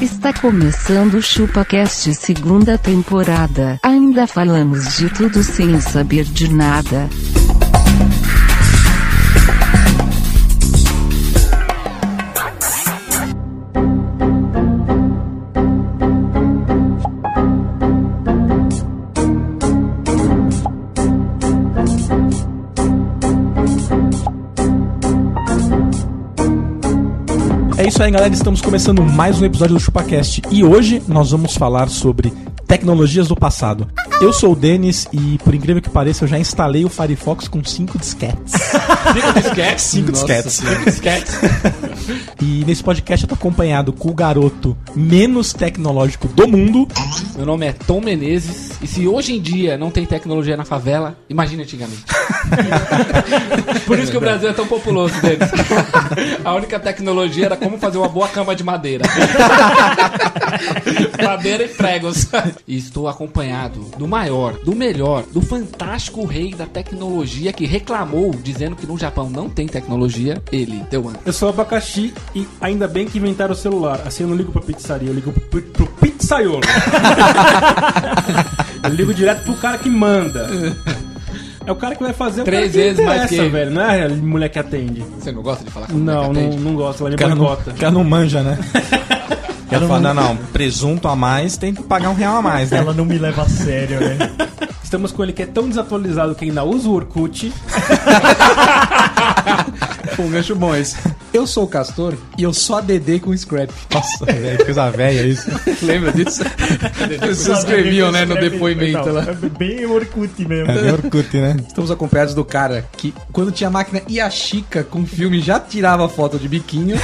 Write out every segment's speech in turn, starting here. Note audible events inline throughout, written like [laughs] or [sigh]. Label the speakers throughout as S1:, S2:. S1: Está começando o ChupaCast segunda temporada. Ainda falamos de tudo sem saber de nada.
S2: É isso aí, galera. Estamos começando mais um episódio do ChupaCast e hoje nós vamos falar sobre tecnologias do passado. Eu sou o Denis e, por incrível que pareça, eu já instalei o Firefox com cinco disquetes.
S3: disquetes?
S2: Cinco disquetes.
S3: Cinco disquetes.
S2: E nesse podcast eu tô acompanhado com o garoto menos tecnológico do mundo.
S3: Meu nome é Tom Menezes e se hoje em dia não tem tecnologia na favela, imagina antigamente. [laughs] Por isso que o Brasil é tão populoso deles. [laughs] A única tecnologia era como fazer uma boa cama de madeira. [laughs] madeira e pregos. E estou acompanhado do maior, do melhor, do fantástico rei da tecnologia que reclamou dizendo que no Japão não tem tecnologia, ele, Teuan.
S4: Eu sou abacaxi e ainda bem que inventaram o celular. Assim eu não ligo pra pizzaria, eu ligo pro, pro pizzaiolo. eu ligo direto pro cara que manda. É o cara que vai fazer
S3: Três
S4: o cara que
S3: vezes mais
S4: interessa,
S3: que-
S4: velho. Não é a mulher que atende.
S3: Você não gosta de falar com
S4: Não,
S3: boneca
S4: não,
S3: atende?
S4: não gosto. Ela me
S2: O cara não,
S4: boicota.
S2: o cara não manja,
S4: [laughs]
S2: né? O cara fala, não, não, presunto a mais tem que pagar um real a mais, né?
S5: Ela não me leva a sério, né?
S4: Estamos com ele que é tão desatualizado que ainda usa o Orkut.
S6: Um gancho bom esse. Eu sou o Castor e eu sou a DD com scrap.
S2: Nossa, velho, coisa velha isso.
S3: [laughs]
S6: Lembra disso? Vocês escreviam, né, no depoimento
S5: Não,
S6: lá.
S5: É bem Orkut mesmo.
S2: É bem Orkut, né?
S6: Estamos acompanhados do cara que, quando tinha a máquina Yashica com filme, já tirava foto de biquinho.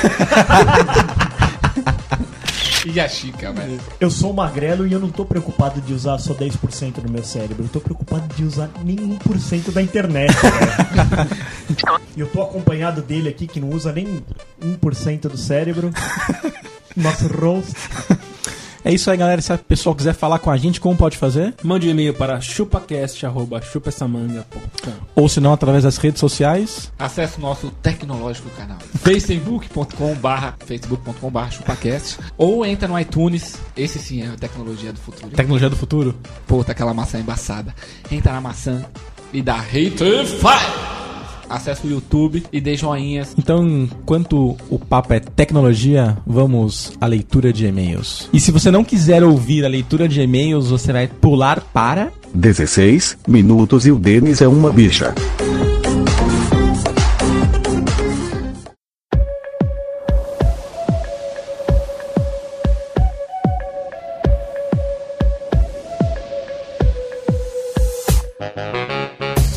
S3: E a Chica, velho.
S5: Eu sou magrelo e eu não tô preocupado de usar só 10% do meu cérebro. Eu tô preocupado de usar nem 1% da internet. cara. E eu tô acompanhado dele aqui que não usa nem 1% do cérebro. Nosso roast.
S2: É isso aí, galera. Se a pessoa quiser falar com a gente, como pode fazer?
S4: Mande um e-mail para chupacast.chupessamanga.com
S2: Ou se não, através das redes sociais.
S3: Acesse o nosso tecnológico canal facebook.com/barra facebook.com/barra chupacast ou entra no iTunes. Esse sim é a tecnologia do futuro.
S2: Tecnologia do futuro.
S3: Pô, tá aquela maçã embaçada. Entra na maçã e dá hate fire. Acesse o YouTube e dê joinhas.
S2: Então, enquanto o papo é tecnologia, vamos à leitura de e-mails. E se você não quiser ouvir a leitura de e-mails, você vai pular para.
S7: 16 minutos e o Denis é uma bicha.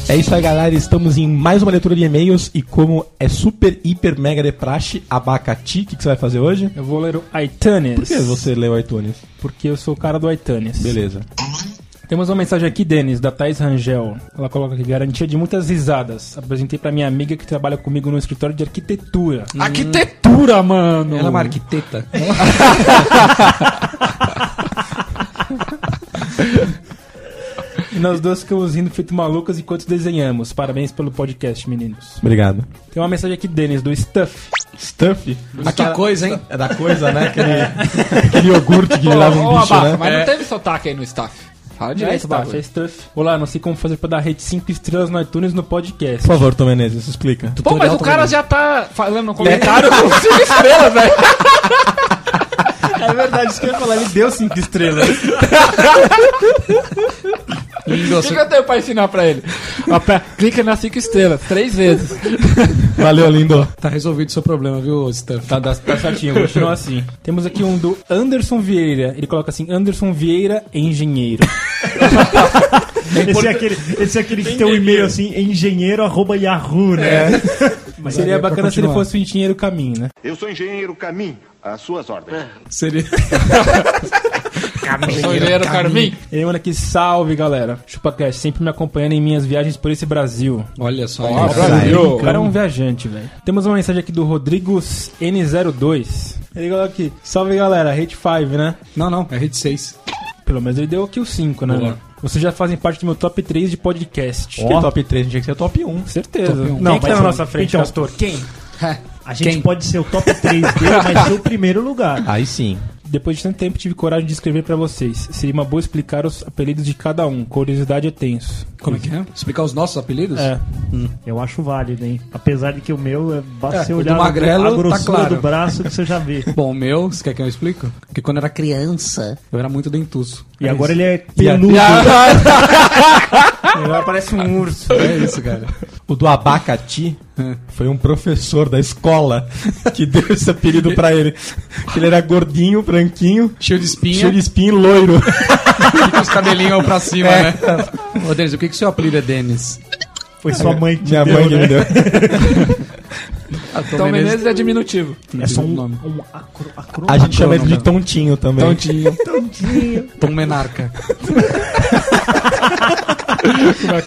S2: É isso aí, galera. Estamos em mais uma leitura de e-mails. E como é super, hiper, mega de praxe, abacati, o que, que você vai fazer hoje?
S4: Eu vou ler o iTunes.
S2: Por que você leu iTunes?
S4: Porque eu sou o cara do iTunes.
S2: Beleza.
S4: Temos uma mensagem aqui, Denis, da Thais Rangel. Ela coloca aqui, garantia de muitas risadas. Apresentei pra minha amiga que trabalha comigo no escritório de arquitetura.
S3: Hum. Arquitetura, mano!
S6: Ela é uma arquiteta.
S4: E nós duas ficamos rindo feito malucas enquanto desenhamos. Parabéns pelo podcast, meninos.
S2: Obrigado.
S4: Tem uma mensagem aqui, Denis, do Stuff.
S2: Stuff?
S6: Mas que coisa, hein?
S2: É da coisa, né? Aquele, aquele iogurte que virava
S3: Ô,
S2: um bicho,
S3: abafa,
S2: né?
S3: Mas não teve sotaque aí no staff. Fala
S4: Já
S3: direito,
S4: está, já é
S3: bagulho.
S4: Stuff. Olá, não sei como fazer pra dar rede 5 estrelas no iTunes no podcast.
S2: Por favor, Tom Menezes, explica.
S3: Pô, mas o
S6: Tutorial
S3: cara
S6: também.
S3: já tá falando no comentário [laughs] com 5 estrelas, velho.
S4: É verdade, isso que eu ia falar, ele deu 5 estrelas.
S3: O que, que eu tenho pra ensinar pra ele? Ó, pra- clica nas 5 estrelas, três vezes.
S2: Valeu, lindo.
S6: Tá resolvido o seu problema, viu, Stuff?
S4: Tá, tá, tá chatinho, vou continuar assim. Temos aqui um do Anderson Vieira. Ele coloca assim, Anderson Vieira, engenheiro.
S5: Esse é aquele, esse é aquele que tem um e-mail assim, engenheiro arroba yahoo, né? [laughs] Mas
S4: É. Seria
S5: daria pra
S4: bacana se ele
S5: continuar.
S4: fosse o engenheiro caminho, né?
S8: Eu sou engenheiro Caminho, às suas ordens.
S6: Seria.
S3: Sou engenheiro Carmin.
S4: Ele manda aqui, salve galera. ChupaCast, sempre me acompanhando em minhas viagens por esse Brasil.
S6: Olha só.
S3: Ó,
S6: hein?
S4: O cara é um viajante, velho. Temos uma mensagem aqui do Rodrigos N02. Ele coloca aqui, salve galera, Hate 5, né?
S6: Não, não, é rede 6.
S4: Pelo menos ele deu aqui o 5, né?
S6: Boa.
S4: mano? Vocês já fazem parte do meu top 3 de podcast.
S2: Acho que top 3 tinha que ser top 1.
S4: Certeza. Quem
S5: Não,
S4: que
S5: vai
S4: tá na
S5: ser-
S4: nossa frente,
S5: Então,
S4: Castor? É. Quem?
S5: A gente
S4: [laughs]
S6: Quem?
S5: pode ser o top 3 dele, mas ser o primeiro lugar.
S2: Aí sim.
S4: Depois de tanto tempo, tive coragem de escrever pra vocês. Seria uma boa explicar os apelidos de cada um. Curiosidade é tenso.
S6: Como é que é? Explicar os nossos apelidos?
S4: É.
S5: Eu acho válido, hein? Apesar de que o meu é basta
S6: É,
S5: você
S6: o do
S5: olhar
S6: magrelo
S5: a grossura
S6: tá claro. É
S5: do braço que você já
S6: [laughs]
S5: vê.
S6: Bom, o meu, você quer que eu explico? Porque quando eu era criança, eu era muito dentuço.
S5: E agora ele é peludo. [laughs]
S4: Agora parece um urso.
S6: É isso, cara.
S2: O do abacati foi um professor da escola que deu esse apelido pra ele. Que ele era gordinho, branquinho,
S6: Cheio de espinha,
S2: cheio de espinho e loiro.
S6: e com os cabelinhos pra cima,
S3: É.
S6: né? Ô, Denis, o que que seu apelido é Denis?
S5: Foi sua mãe que te
S2: Minha
S5: deu,
S2: mãe que
S5: né?
S2: me deu.
S6: Ah, Tom,
S3: Tom Menezes é diminutivo.
S5: É só um,
S6: nome.
S5: um acro, acro...
S2: A gente chama ele de tontinho também.
S6: Tontinho. Tom Menarca.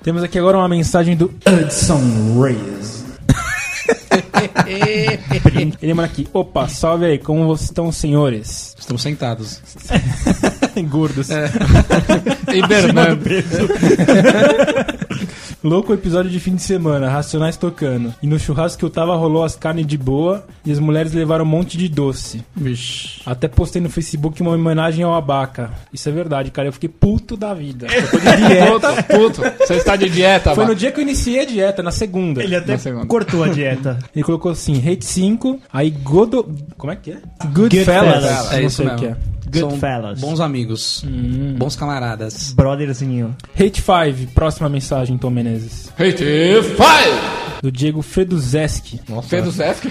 S4: Temos aqui agora uma mensagem do Hudson
S6: [laughs]
S4: Reyes. Ele manda aqui, opa, salve aí, como vocês estão, senhores?
S6: Estamos sentados.
S4: Gordos.
S3: E Bernardo.
S4: Louco episódio de fim de semana, Racionais tocando. E no churrasco que eu tava rolou as carnes de boa e as mulheres levaram um monte de doce.
S6: Vixe.
S4: Até postei no Facebook uma homenagem ao abaca. Isso é verdade, cara, eu fiquei puto da vida. Eu tô de dieta.
S3: Puto,
S6: é.
S3: puto. Você está de dieta,
S4: Foi no
S3: Abaca.
S4: dia que eu iniciei a dieta, na segunda.
S5: [laughs] Ele até
S3: Na segunda.
S5: cortou a
S6: [laughs]
S5: dieta.
S4: Ele colocou assim, Hate 5, aí Godo... Como é que é? Goodfellas.
S5: Goodfellas.
S6: É
S4: Não
S6: isso
S4: sei o que
S6: mesmo.
S4: é.
S6: São
S5: Goodfellas.
S6: Bons amigos. Bons camaradas.
S5: Hum. Brotherzinho.
S4: Hate 5, próxima mensagem, Tom Menezes.
S3: Hate five!
S4: Do Diego Freduzeski.
S3: Fez o Sesc?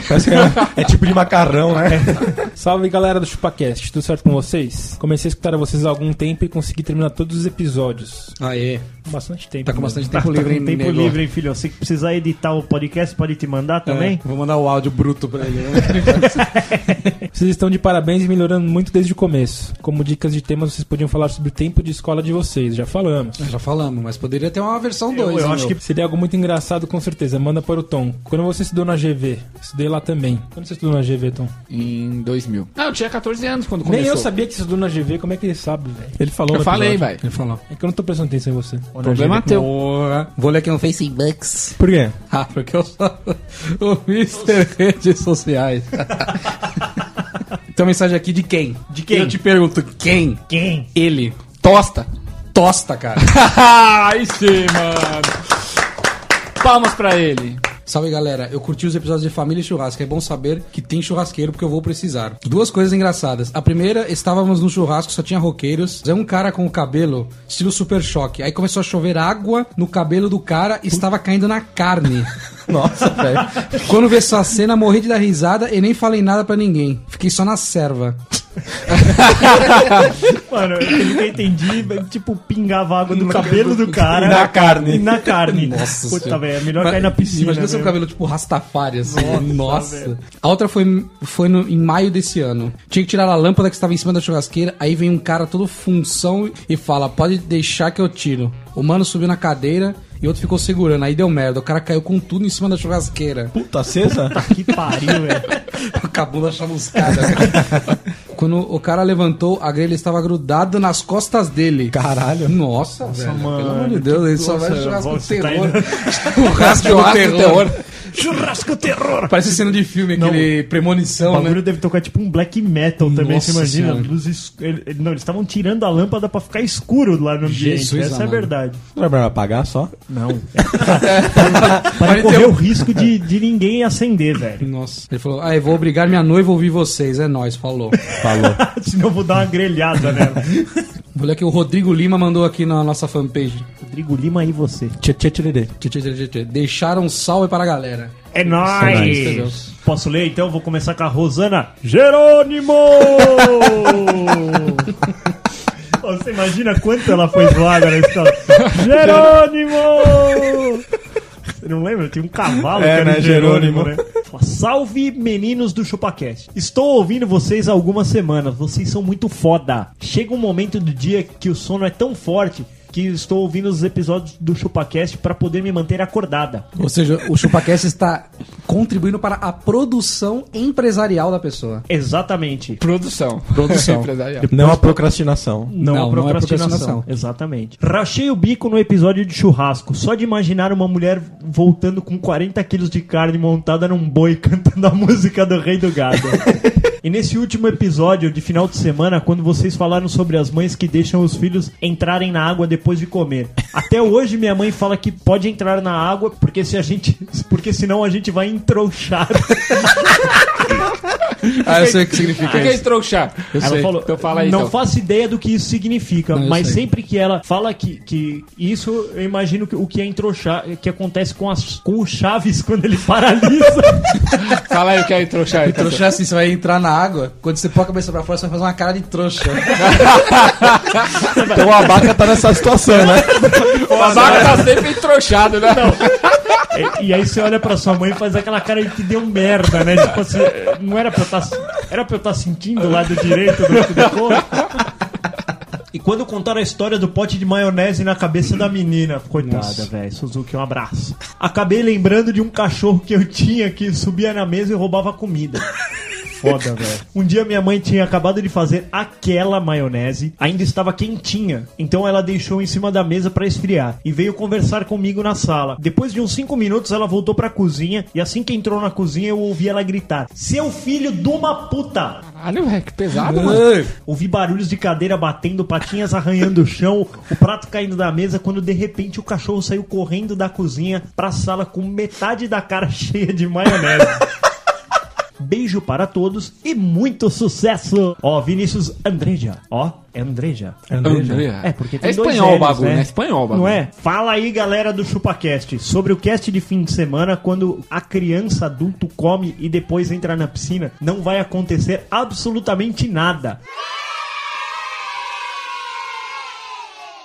S2: É tipo de macarrão, né?
S4: [laughs] Salve galera do ChupaCast, tudo certo com vocês? Comecei a escutar a vocês há algum tempo e consegui terminar todos os episódios.
S6: Aê.
S4: Bastante tempo.
S6: Tá com
S4: mesmo.
S6: bastante tempo livre, hein,
S5: Tem tempo
S6: nego?
S5: livre, hein, filho? Se precisar editar o podcast, pode te mandar também?
S6: É, vou mandar o áudio bruto pra ele.
S4: Vocês estão de parabéns e melhorando muito desde o começo. Como dicas de temas, vocês podiam falar sobre o tempo de escola de vocês, já falamos.
S6: Já falamos, mas poderia ter uma versão 2.
S5: eu acho que-
S4: Seria algo muito engraçado, com certeza. Manda para o Tom. Quando você estudou na GV? Estudei lá também. Quando você estudou na GV, Tom?
S3: Em 2000. Ah, eu tinha 14 anos quando começou.
S4: Nem eu sabia que você estudou na GV, como é que ele sabe, velho? Ele falou.
S3: Eu
S4: no
S3: falei,
S4: episódio.
S3: velho.
S6: Ele falou.
S4: É que eu não tô prestando atenção em você.
S3: O problema é teu.
S6: Vou ler aqui no Facebook.
S2: Por quê?
S6: Ah, porque eu sou o Mr. Redes Sociais. Tem uma mensagem aqui de quem? De
S5: quem?
S6: Eu te pergunto, quem?
S5: Quem?
S6: Ele.
S3: Tosta.
S6: Tosta, cara.
S3: [laughs] Aí sim, mano. Palmas pra ele.
S6: Salve galera, eu curti os episódios de Família e Churrasco. É bom saber que tem churrasqueiro porque eu vou precisar. Duas coisas engraçadas. A primeira, estávamos no churrasco, só tinha roqueiros. É um cara com o cabelo estilo super choque. Aí começou a chover água no cabelo do cara e estava caindo na carne.
S2: [laughs] Nossa, velho.
S6: Quando vi essa cena, morri de dar risada e nem falei nada pra ninguém. Fiquei só na serva.
S5: Mano, eu eu entendi, tipo, pingava água no cabelo
S6: [laughs]
S5: do cara.
S2: E na carne.
S5: E na carne.
S6: Nossa
S5: Puta,
S6: Senhora.
S5: velho, é melhor cair na piscina.
S6: Imagina seu
S5: mesmo.
S6: cabelo tipo rastafári, assim. Nossa.
S5: velho.
S6: A outra foi, foi no- em maio desse ano. Tinha que tirar a lâmpada que estava em cima da churrasqueira. Aí vem um cara todo função e fala: Pode deixar que eu tiro. O mano subiu na cadeira e outro ficou segurando. Aí deu merda. O cara caiu com tudo em cima da churrasqueira. [laughs]
S2: Puta acesa?
S5: Que pariu, velho.
S6: Acabou da chamuscada. [laughs] cara. Quando o cara levantou, a grelha estava grudada nas costas dele. Caralho. Nossa, velho. Pelo amor de Deus, ele só vai
S5: Nossa,
S6: churrasco do
S5: você tá
S6: [laughs] terror.
S5: indo-
S6: Churrasco do terror.
S5: Churrasco terror!
S6: Parece cena de filme, aquele
S5: O
S6: premonição,
S5: bagulho
S6: né?
S5: deve tocar tipo um black metal também,
S6: Nossa
S5: você imagina?
S6: Senhora.
S5: Luz es- ele- ele- Não, eles estavam tirando a lâmpada pra ficar escuro lá no ambiente.
S6: Jesus
S5: Essa é a
S6: amado.
S5: verdade.
S2: Não era melhor apagar só? [laughs] então
S5: Pra não correr o risco de, de ninguém acender, velho. [laughs]
S6: Nossa. Ele falou, ah, eu vou obrigar minha noiva a ouvir vocês. É nóis, falou.
S2: Falou.
S5: Senão eu vou dar uma grelhada nela.
S6: Vou ler que o Rodrigo Lima mandou aqui na nossa fanpage.
S5: Rodrigo Lima e você.
S2: [laughs] Tchê, tchê, tchê, tchê.
S6: Tchê, tchê, tchê, tchê, tchê. Deixaram um salve para a galera.
S5: É
S2: nóis.
S5: nóis! Posso ler então? Vou começar com a Rosana Jerônimo! Ô, Você imagina quanto ela foi zoada na escola? Jerônimo! Você não lembra? Tinha um cavalo
S2: É,
S5: que era
S2: né,
S5: o Jerônimo,
S2: Jerônimo.
S5: né? Fala, Salve meninos do ChupaCast. Estou ouvindo vocês há algumas semanas. Vocês são muito foda. Chega um momento do dia que o sono é tão forte que estou ouvindo os episódios do ChupaCast para poder me manter acordada.
S6: Ou seja, o ChupaCast está contribuindo para a produção empresarial da pessoa.
S5: Exatamente.
S3: Produção.
S6: Produção.
S3: Empresarial.
S2: Não a procrastinação.
S5: Não,
S6: Não,
S5: a
S6: não é
S5: procrastinação.
S6: procrastinação.
S5: Exatamente. Rachei o bico no episódio de churrasco. Só de imaginar uma mulher [laughs] voltando com 40 quilos de carne montada num boi cantando a música do Rei do Gado. E nesse último episódio de final de semana, quando vocês falaram sobre as mães que deixam os filhos entrarem na água depois de comer. Até hoje minha mãe fala que pode entrar na água porque se a gente, [laughs] porque senão a gente vai entrouxar.
S6: Ah, eu sei o que significa
S3: que é
S6: isso.
S3: stroke chá?
S6: Eu
S5: Ela
S6: sei.
S5: falou,
S3: Então fala aí,
S5: não
S3: então.
S5: faço ideia do que isso significa,
S6: Não, eu
S5: mas
S6: sei.
S5: sempre que ela fala que, que isso, eu imagino que, o que é entroxar, que acontece com, as, com o Chaves [laughs] quando ele paralisa.
S3: Fala aí o que é trouxa. [laughs]
S6: E [laughs] trouxa é assim, você vai entrar na água, quando você pôr a cabeça pra fora, você vai fazer uma cara de trouxa.
S2: Então o Abaca tá nessa situação, né?
S3: O Abaca tá sempre entrouxado, né?
S5: É, E- E aí você olha pra sua mãe e faz aquela cara de que deu merda, né? Tipo assim, não era pra eu estar. Era pra eu estar sentindo o lado direito do, do corpo. E quando contaram a história do pote de maionese na cabeça da menina, coitada, velho, Suzuki, um abraço. Acabei lembrando de um cachorro que eu tinha que subia na mesa e roubava comida. Foda, velho. [laughs] Um dia minha mãe tinha acabado de fazer aquela maionese, ainda estava quentinha, então ela deixou em cima da mesa pra esfriar e veio conversar comigo na sala. Depois de uns 5 minutos ela voltou pra cozinha e assim que entrou na cozinha eu ouvi ela gritar: "Seu filho de uma puta!".
S3: Caralho, velho, que pesado, mano.
S6: Ai,
S5: Ouvi barulhos de cadeira batendo, patinhas arranhando o chão, o prato caindo da mesa quando de repente o cachorro saiu correndo da cozinha pra sala com metade da cara [laughs] cheia de maionese. Beijo para todos e muito sucesso! Ó, Vinícius Andreja. Ó, é Andreja.
S3: Andrea.
S5: É, porque
S3: é
S5: tem dois
S3: espanhol o
S5: L's,
S3: bagulho,
S5: né?
S3: né? É espanhol o bagulho.
S5: Não é? Fala aí, galera do ChupaCast, sobre o cast de fim de semana, quando a criança adulto come e depois entra na piscina, não vai acontecer absolutamente nada.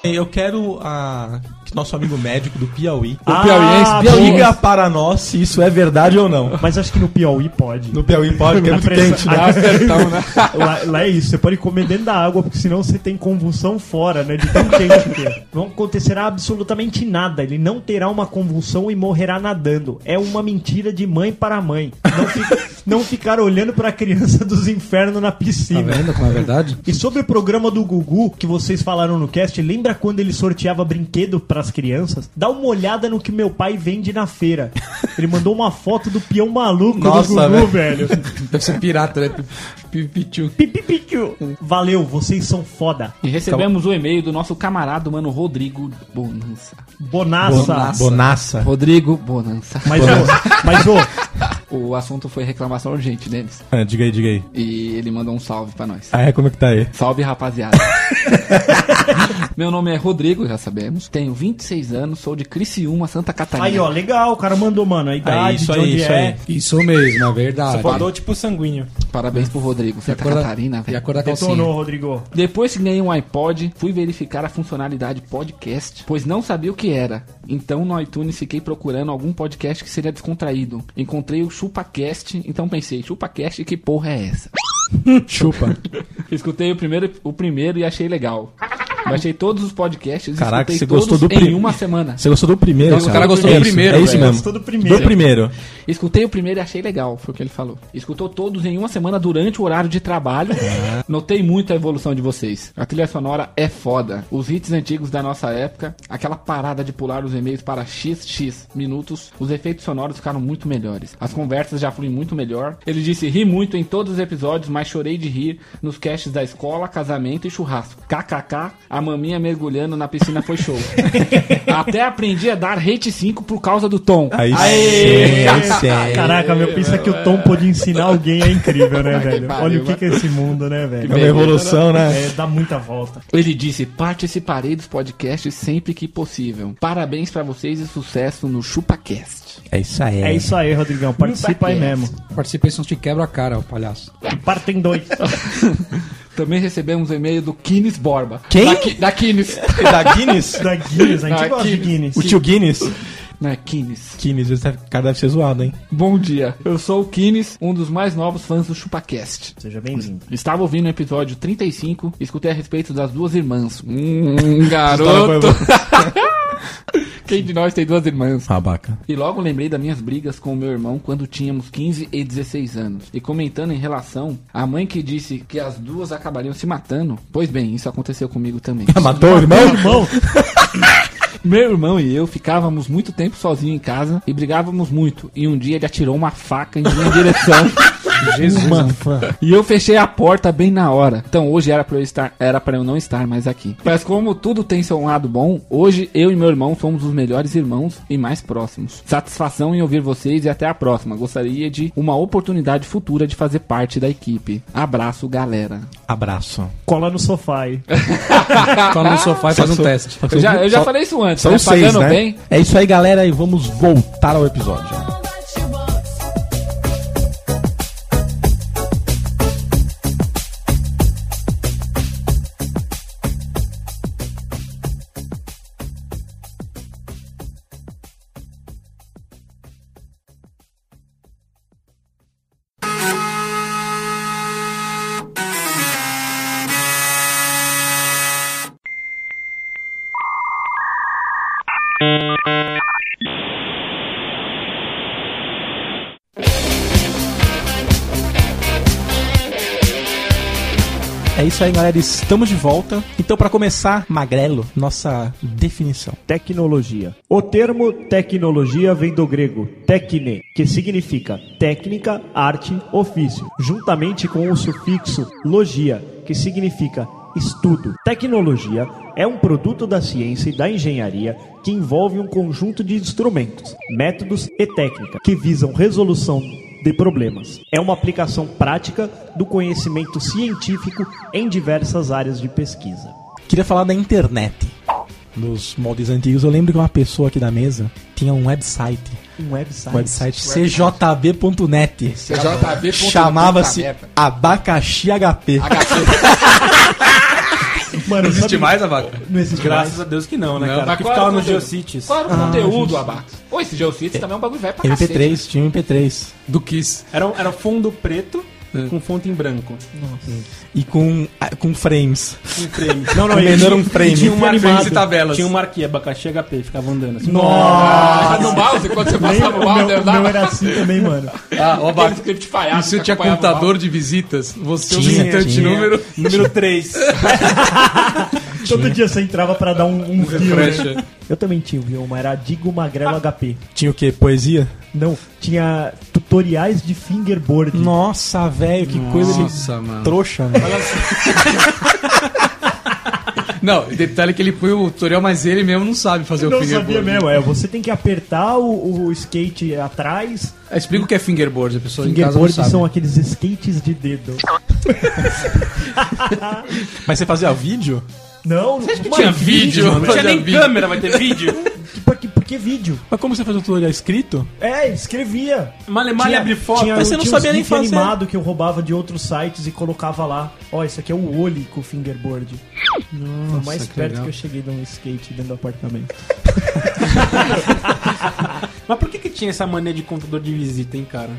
S2: Eu quero a... que nosso amigo médico do Piauí
S5: Ah,
S3: piauiense, piauí-
S2: diga para nós se isso é verdade ou não.
S5: Mas acho que no Piauí pode.
S2: No Piauí [laughs] pode, porque é
S5: A
S2: muito
S5: pressa-
S2: quente, né?
S5: a- [laughs] lá, lá é isso, você pode comer dentro da água, porque senão você tem convulsão fora, né? De tão quente que é. Não acontecerá absolutamente nada. Ele não terá uma convulsão e morrerá nadando. É uma mentira de mãe para mãe. Não, fi- [laughs] não ficar olhando pra criança dos infernos na
S6: Tá
S5: piscina.
S6: vendo como é verdade?
S5: E sobre o programa do Gugu, que vocês falaram no cast, lembra quando ele sorteava brinquedo pras crianças? Dá uma olhada no que meu pai vende na feira. Ele mandou uma foto do peão maluco do
S2: Nossa,
S5: Gugu, velho.
S6: Deve ser pirata, né? Pi- pi- Pitiu.
S5: Pipipiquiu. Valeu, vocês são foda.
S3: E recebemos o e-mail do nosso camarada, mano, Rodrigo Bonança.
S5: Bonaça.
S6: Bonaça.
S2: Bonassa.
S3: Rodrigo Bonança.
S5: Mas, ô, mas, ô,
S3: O assunto foi reclamação urgente, Denis.
S2: Ah, diga aí, diga aí.
S3: E ele mandou um salve pra nós.
S2: Ah, é, como é que tá aí?
S3: Salve, rapaziada. [laughs] Meu nome é Rodrigo, já sabemos. Tenho 26 anos, sou de Criciúma, Santa Catarina.
S5: aí, ó, legal, o cara mandou, mano, a idade,
S2: isso
S5: de
S2: Tá aí,
S5: onde
S2: isso
S5: é.
S2: aí. Tá.
S6: Isso mesmo, é verdade.
S4: Rodou tipo sanguíneo.
S3: Parabéns pro Rodrigo,
S6: E a
S3: Santa
S6: cor da-
S3: Catarina,
S6: E a
S3: velho.
S6: cor da calcinha.
S5: Detonou, Rodrigo.
S3: Depois que ganhei um iPod, fui verificar a funcionalidade podcast, pois não sabia o que era. Então no iTunes fiquei procurando algum podcast que seria descontraído. Encontrei o ChupaCast, então pensei, ChupaCast, que porra é essa?
S6: Chupa.
S2: [laughs]
S3: Escutei o primeiro, o primeiro e achei legal. Baixei todos os podcasts e
S2: Caraca,
S3: escutei
S2: você gostou
S3: todos
S2: do
S3: em
S2: prim-
S3: uma semana.
S2: Você gostou do primeiro?
S6: Nossa, o cara gostou
S2: É
S6: do
S2: isso,
S6: primeiro,
S2: É isso
S6: velho.
S2: mesmo.
S5: Gostou do primeiro.
S2: Do primeiro. É
S3: Escutei o primeiro e achei legal, foi o que ele falou. Escutou todos em uma semana durante o horário de trabalho.
S2: É.
S3: Notei muito a evolução de vocês. A trilha sonora é foda. Os hits antigos da nossa época, aquela parada de pular os e-mails para XX minutos, os efeitos sonoros ficaram muito melhores. As conversas já fluem muito melhor. Ele disse ri muito em todos os episódios, mas chorei de rir nos casts da escola, casamento e churrasco. KKK, a maminha mergulhando na piscina
S2: [laughs]
S3: foi show. Até aprendi a dar hate 5 por causa do tom.
S2: Aí
S5: [laughs]
S2: sim, aí sim.
S5: Caraca, meu, pensa que o Tom pôde ensinar alguém é incrível, né,
S3: que
S5: velho?
S3: pariu,
S5: Olha o que,
S3: mano.
S5: que é esse mundo, né, velho?
S2: É uma evolução, né?
S5: É, dá muita volta.
S3: Ele disse: participarei dos podcasts sempre que possível. Parabéns pra vocês e sucesso no ChupaCast.
S2: É isso aí.
S5: É isso aí, Rodrigão. Participa aí mesmo.
S6: Participei, senão te quebra a cara, ô palhaço.
S5: E partem dois.
S3: Também recebemos um e-mail do Kines Borba.
S2: Quem?
S3: Da, Ki- da Kines. [laughs]
S2: Da Guinness?
S5: da Guinness, a gente
S3: Ah,
S5: gosta de
S2: O
S5: Guinness.
S2: tio Guinness?
S3: Não é Kines.
S2: Guinness, esse cara deve ser zoado, hein?
S3: Bom dia. Eu sou o Kines, um dos mais novos fãs do ChupaCast.
S5: Seja bem-vindo.
S3: Estava ouvindo o episódio 35 e escutei a respeito das duas irmãs. [laughs] Hum,
S2: História
S3: garoto.
S2: foi
S3: [laughs] Quem de nós tem duas irmãs?
S2: Abaca.
S3: E logo lembrei das minhas brigas com o meu irmão quando tínhamos 15 e 16 anos. E comentando em relação à mãe que disse que as duas acabariam se matando. Pois bem, isso aconteceu comigo [laughs] também.
S2: Matou o irmão?
S5: Irmão,
S3: meu irmão e eu ficávamos [laughs] muito tempo sozinhos em casa e brigávamos muito. E um dia ele atirou uma faca em minha direção.
S4: Jesus.
S2: Uma fã.
S3: E eu fechei a porta bem na hora. Então hoje era pra eu estar, era para eu não estar mais aqui. Mas como tudo tem seu lado bom, hoje eu e meu irmão somos os melhores irmãos e mais próximos. Satisfação em ouvir vocês e até a próxima. Gostaria de uma oportunidade futura de fazer parte da equipe. Abraço, galera.
S2: Abraço.
S5: Cola no sofá aí.
S6: Cola no sofá e faz um teste.
S3: ah, Eu já, eu já falei isso antes,
S2: São
S3: né?
S2: seis,
S3: Pagando
S2: né?
S3: bem.
S2: É isso aí, galera, e vamos voltar ao episódio. É isso aí, galera, estamos de volta. Então, pra começar, magrelo, nossa definição.
S5: Tecnologia. O termo tecnologia vem do grego techne, que significa técnica, arte, ofício, juntamente com o sufixo logia, que significa estudo. Tecnologia é um produto da ciência e da engenharia que envolve um conjunto de instrumentos, métodos e técnicas que visam resolução de problemas. É uma aplicação prática do conhecimento científico em diversas áreas de pesquisa.
S2: Queria falar da internet. Nos moldes antigos, eu lembro que uma pessoa aqui da mesa tinha um website.
S5: Um website.
S2: Website cjb.net.
S3: CJB.
S2: Chamava-se
S4: Tá
S3: Puta merda.
S2: Abacaxi HP.
S5: Mano, sabe-
S6: mais a vaca?
S5: Não existe
S4: Graças a Deus que não, né,
S6: Não,
S4: cara?
S3: mas
S4: Porque
S3: qual
S4: ficava
S3: era o
S4: no
S3: conteúdo?
S4: Geocities.
S3: Claro,
S6: Ah,
S3: o conteúdo, Abax. Pô, esse Geocities também é um bagulho velho pra cacete.
S2: MP3, tinha um MP3.
S6: Do Kiss.
S4: Era, um- era fundo preto
S6: É.
S4: com fonte em branco.
S2: E com, ah, com frames.
S4: Um frame.
S5: Não, não,
S2: Comendo
S5: ele
S2: um frame.
S4: Tinha um
S6: Frames
S4: marquinho.
S6: e tabelas.
S4: Tinha um marquinho, abacaxi HP, ficava andando assim.
S3: Ah, no mouse, quando você passava o
S5: o
S3: mouse,
S5: meu, o
S3: andava.
S5: meu era assim também, mano.
S6: Ah, o
S3: Aquele
S6: abaca.
S3: script falhado.
S6: E você
S3: que
S6: tinha
S3: acompanhava o mouse.
S6: computador de visitas? Você é o
S2: Tinha,
S6: visitante
S2: tinha.
S6: número.
S4: Número 3.
S5: Todo dia você entrava pra dar um, um view,
S6: Refresh.
S5: né? Eu também tinha um view, mas era Digo
S6: Ah.
S5: Magrelo HP.
S2: [laughs] Tinha o quê? Poesia?
S5: Não, tinha tutoriais de fingerboard.
S2: Nossa, velho, que coisa
S6: Nossa, mano.
S2: de trouxa, velho.
S6: Não, e detalhe que ele põe o tutorial, mas ele mesmo não sabe fazer
S5: Eu
S6: o
S5: não
S6: fingerboard. né?
S5: sabia mesmo, é. Você tem que apertar o, o skate atrás.
S6: Ah, Explica o que é fingerboard, a pessoa em casa não
S5: Fingerboard
S6: sabe.
S5: são aqueles skates de dedo.
S2: Mas você fazia vídeo?
S5: Não, não
S6: Tinha vídeo,
S4: Não tinha nem
S6: vídeo.
S4: câmera, vai ter vídeo.
S5: Por que, por que tipo, vídeo?
S2: Mas como você fazia o tutorial escrito?
S5: É, escrevia.
S4: Malemalha abre foto.
S5: tinha-
S2: mas você não
S5: tinha uns
S2: sabia nem
S5: gif
S2: fazer.
S5: animado que eu roubava de outros sites e colocava lá. Ó, isso aqui é o olho com o fingerboard. Foi o mais
S6: que
S5: perto
S6: legal.
S5: que eu cheguei de um skate dentro do apartamento.
S4: Mas por que, que tinha essa mania de contador de visita, hein, cara?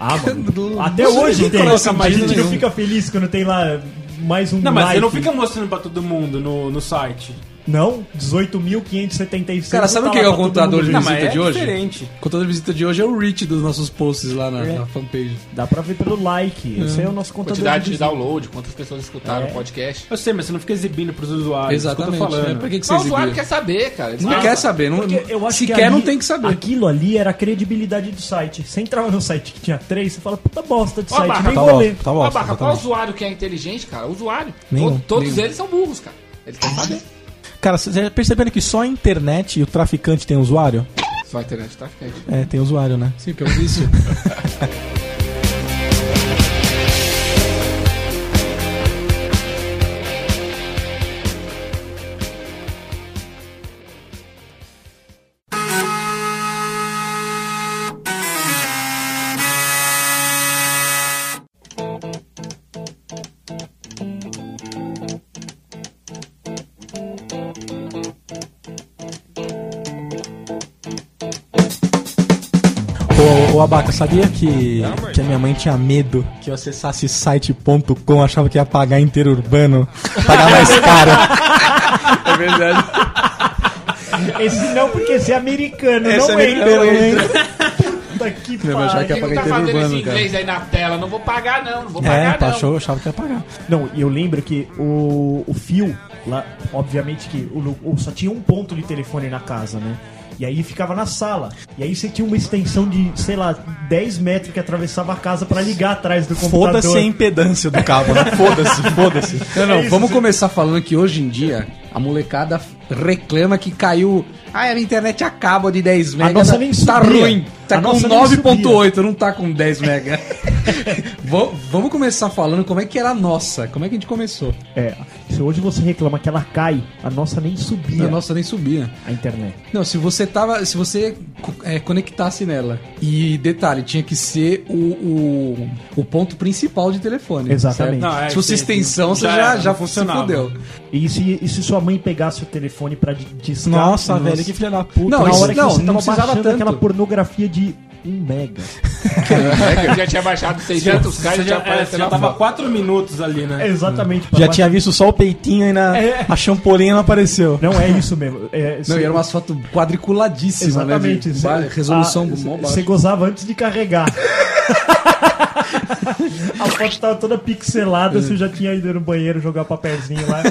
S5: Ah, [laughs] mano. Até
S4: Você
S5: hoje
S4: não
S5: tem.
S4: coloca mais
S5: a gente
S4: nenhum.
S5: não fica feliz quando tem lá mais um
S4: Não, mas
S5: like.
S4: você não fica mostrando pra todo mundo no, no site.
S5: Não, 18.576.
S6: Cara, sabe
S5: tá
S6: o que
S5: lá
S6: é o
S5: pra todo
S6: contador
S5: mundo
S6: de
S5: ver.
S4: Não,
S6: visita
S4: mas é
S6: de hoje?
S4: diferente.
S6: O contador de visita de hoje é o reach dos nossos posts lá na, na fanpage.
S5: Dá pra ver pelo like. Esse é o nosso contador
S3: Quantidade de
S5: visita.
S3: download, quantas pessoas escutaram
S5: É.
S3: o podcast.
S4: Eu sei, mas você não fica exibindo pros usuários. isso que
S6: Exatamente.
S4: Eu tô
S6: É,
S4: falando.
S6: pra que, que você
S3: Mas o usuário
S6: exibia?
S3: quer saber, cara. assim, Ele
S6: Não
S3: fala,
S6: quer saber. Não,
S5: Porque eu acho
S6: sequer
S5: que ali- Ah,
S6: não tem que saber.
S5: Aquilo ali era a credibilidade do site. Você entrava no site que tinha três, você fala, puta bosta de
S3: Ó,
S5: site,
S3: Barra,
S5: nem
S3: tá
S5: vou
S2: bom,
S5: ler.
S2: tá
S3: Ó,
S2: bom.
S3: Barra, qual
S2: exatamente.
S3: usuário que é inteligente, cara? Usuário.
S2: Nenhum.
S3: To- Todos
S6: Nenhum.
S3: eles são burros, cara. Eles querem saber.
S2: Cara, vocês já perceberam que só a internet e o traficante tem usuário?
S3: Só a internet tá ficando.
S2: É, tem usuário, né?
S6: Sim, porque é um vício.
S2: Ô, ô Abaca, sabia que, que a minha mãe tinha medo que eu acessasse site.com, achava que ia pagar inteiro urbano, pagar mais caro.
S6: é verdade.
S5: Esse não, porque esse é americano,
S6: Esse
S5: não
S6: é
S5: entra.
S6: americano, não
S5: Puta que
S6: Não, mas já que
S5: pariu.
S3: Quem
S6: é- pagar
S3: tá
S6: inteiro
S3: fazendo
S6: urbano,
S3: esse inglês aí na tela? Não vou pagar, não. Não vou
S2: É,
S3: pagar,
S2: pá,
S3: não.
S2: achou- achava que ia pagar.
S5: Não, e eu lembro que o, o fio, lá, obviamente que o, lu- o- só tinha um ponto de telefone na casa, né? E aí ficava na sala. E aí você tinha uma extensão de, sei lá, 10 metros que atravessava a casa pra ligar atrás do computador.
S2: Foda-se a impedância do cabo, né? Foda-se, foda-se.
S6: Não, não,
S5: É isso,
S6: vamos
S5: você-
S6: começar falando que hoje em dia a molecada reclama que caiu. Ai, a minha internet acaba de 10 mega.
S5: nossa
S6: tá-
S5: nem
S6: Tá
S5: subia.
S6: ruim. Tá
S5: A
S6: com
S5: nossa nem
S6: 9.8, não tá com
S5: [laughs]
S6: 10 mega. Va- vamos começar falando como é que era a nossa. Como é que a gente começou?
S5: É, se hoje você reclama que ela cai, a nossa nem subia
S6: A nossa nem subia.
S5: a internet.
S6: Não, se você tava. Se você co- é, conectasse nela. E detalhe, tinha que ser o, o, o ponto principal de telefone.
S5: Exatamente.
S6: certo?
S4: Não, é,
S6: se fosse
S4: sim,
S6: extensão,
S4: sim.
S6: você
S4: Já
S6: já,
S4: era,
S6: já
S4: não
S6: se
S4: funcionava.
S6: fudeu.
S5: E se, e se sua mãe pegasse o telefone pra di- discar?
S2: [laughs] Nossa, velho, que filha da puta.
S6: Não,
S5: Na
S6: isso-
S5: hora que
S6: não,
S5: você
S6: não
S5: tava
S6: precisava
S5: baixando
S6: tanto.
S5: aquela pornografia de 1 mega.
S3: É Eu já tinha baixado 600
S4: Você
S3: caras e já
S4: já, é, você
S3: apareceu
S4: já
S3: na
S4: tava
S3: foto.
S4: 4 minutos ali,
S5: É,
S4: né?
S5: [laughs] Exatamente. pra
S2: Já
S5: baixar-
S2: tinha visto só o peitinho e na... a champolinha não apareceu.
S5: Não é isso mesmo. É,
S6: Não,
S5: se-
S6: e era umas fotos quadriculadíssimas,
S5: Exatamente.
S6: né? de
S5: Cê-
S6: ba- resolução
S5: Ah,
S6: mó
S5: Você
S6: baixa.
S5: gozava antes de
S6: [laughs]
S5: carregar. A foto tava toda
S6: É.
S5: pixelada, você já tinha ido no banheiro jogar papelzinho lá.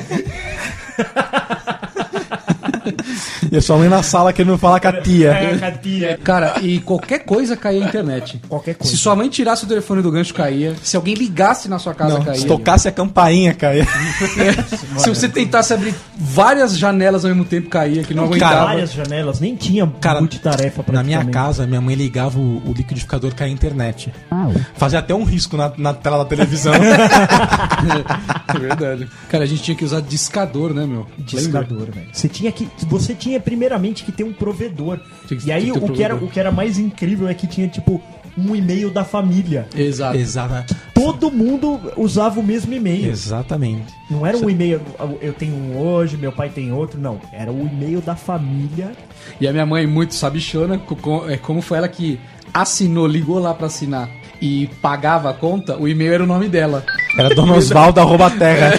S2: E a sua mãe na sala querendo falar com a tia.
S5: É, catia,
S6: Cara, e qualquer coisa caía a internet.
S5: qualquer
S6: Se
S5: coisa.
S6: sua mãe tirasse o telefone do gancho, caía. Se alguém ligasse na sua casa,
S2: Não,
S6: caía.
S2: se tocasse a campainha, caía.
S6: É, Se você tentasse abrir várias janelas ao mesmo tempo, caía, que não aguentava.
S5: Várias janelas, nem tinha
S2: Cara,
S5: multitarefa
S2: Na minha
S5: praticamente.
S2: casa, minha mãe ligava o, o liquidificador cair a internet. Fazia até um risco na, na tela da [laughs] televisão.
S6: [laughs] É verdade. Cara, a gente tinha que usar discador, né, meu? Lembra?
S5: Discador, velho. Você tinha que, você tinha primeiramente que ter um provedor.
S6: Tinha que
S5: e aí
S6: ter
S5: o
S6: um
S5: que era,
S6: provedor.
S5: o que era mais incrível é que tinha tipo um e-mail da família.
S6: Exato.
S2: Exata,
S5: Todo mundo usava o mesmo e-mail.
S2: exatamente.
S5: Não era um e-mail, eu tenho um hoje, meu pai tem outro, não. Era o e-mail da família.
S6: E a minha mãe, muito sabichona, co- co- é, como foi ela que assinou, ligou lá pra assinar e pagava a conta, o e-mail era o nome dela.
S2: Era Dona Osvalda arroba terra.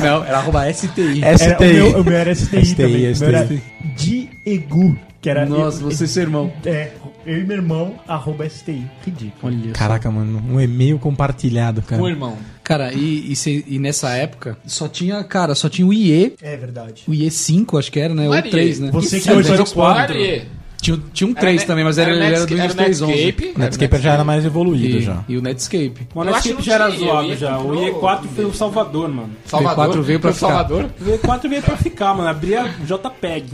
S6: Não, era arroba STI.
S5: Era, o,
S2: STI.
S5: meu, o meu era STI,
S2: STI,
S5: também. O meu era
S2: STI.
S5: Diego, que era.
S6: Nossa,
S5: eu-
S6: você e seu irmão.
S5: É, eu e meu irmão, arroba STI. Ridículo.
S6: Olha
S2: Caraca, mano, um e-mail compartilhado, cara. Né,
S3: O irmão.
S6: Cara, e, e se- e nessa época só tinha, cara, só tinha o IE,
S5: É verdade.
S6: o IE5, acho que era, né? Ou
S3: Maria,
S6: 3, né?
S5: Você
S3: Isso
S5: que hoje
S3: era
S5: era o
S3: do
S5: 4.
S3: Maria.
S6: Tinha, tinha um 3
S3: Era
S6: também, mas
S3: Net-
S6: era, ele era do
S3: Netscape-
S6: Windows 3.11.
S3: Netscape.
S2: O Netscape já era mais evoluído
S6: E,
S2: já.
S6: e o Netscape.
S4: O
S3: Eu acho que não
S4: Netscape já era
S3: tinha, eu
S4: zoado
S3: ia
S4: já. O
S3: comprou-
S4: IE4 foi o Salvador, mano.
S3: Salvador.
S6: P4 veio pra
S3: Foi
S6: [laughs]
S3: Salvador.
S4: O IE4 veio pra ficar, mano. Abria JPEG.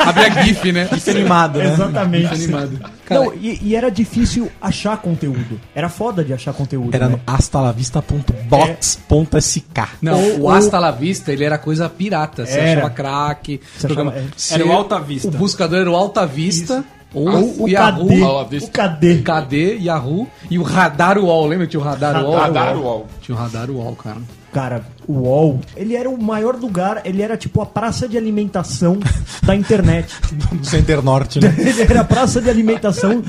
S6: Abria GIF, né?
S3: é-
S2: Animado, né?
S5: Exatamente.
S6: Animado. Cara,
S5: Não, e, e era difícil achar conteúdo. Era foda de achar conteúdo.
S2: Era no
S5: né?
S2: astalavista.box.sk.
S6: Não,
S5: Ou-
S6: o
S5: ou-
S6: Hasta La Vista, ele era coisa pirata. Você
S5: Era.
S6: achava crack.
S5: Você
S6: jogava-
S5: achava-
S6: Você-
S4: Era o Alta Vista.
S6: O buscador era o Alta Vista. Ou,
S5: Ou Ah, o
S6: Yahoo.
S5: KD.
S3: Alta Vista.
S5: O KD.
S6: KD, Yahoo. E o Radar UOL. Lembra que tinha o Radar, UOL?
S3: Radar UOL.
S6: Tinha o Radar UOL, cara.
S5: Cara, o UOL, ele era o maior lugar, ele era tipo a praça de alimentação da internet.
S2: Do Center Norte, né?
S5: Ele era a praça de alimentação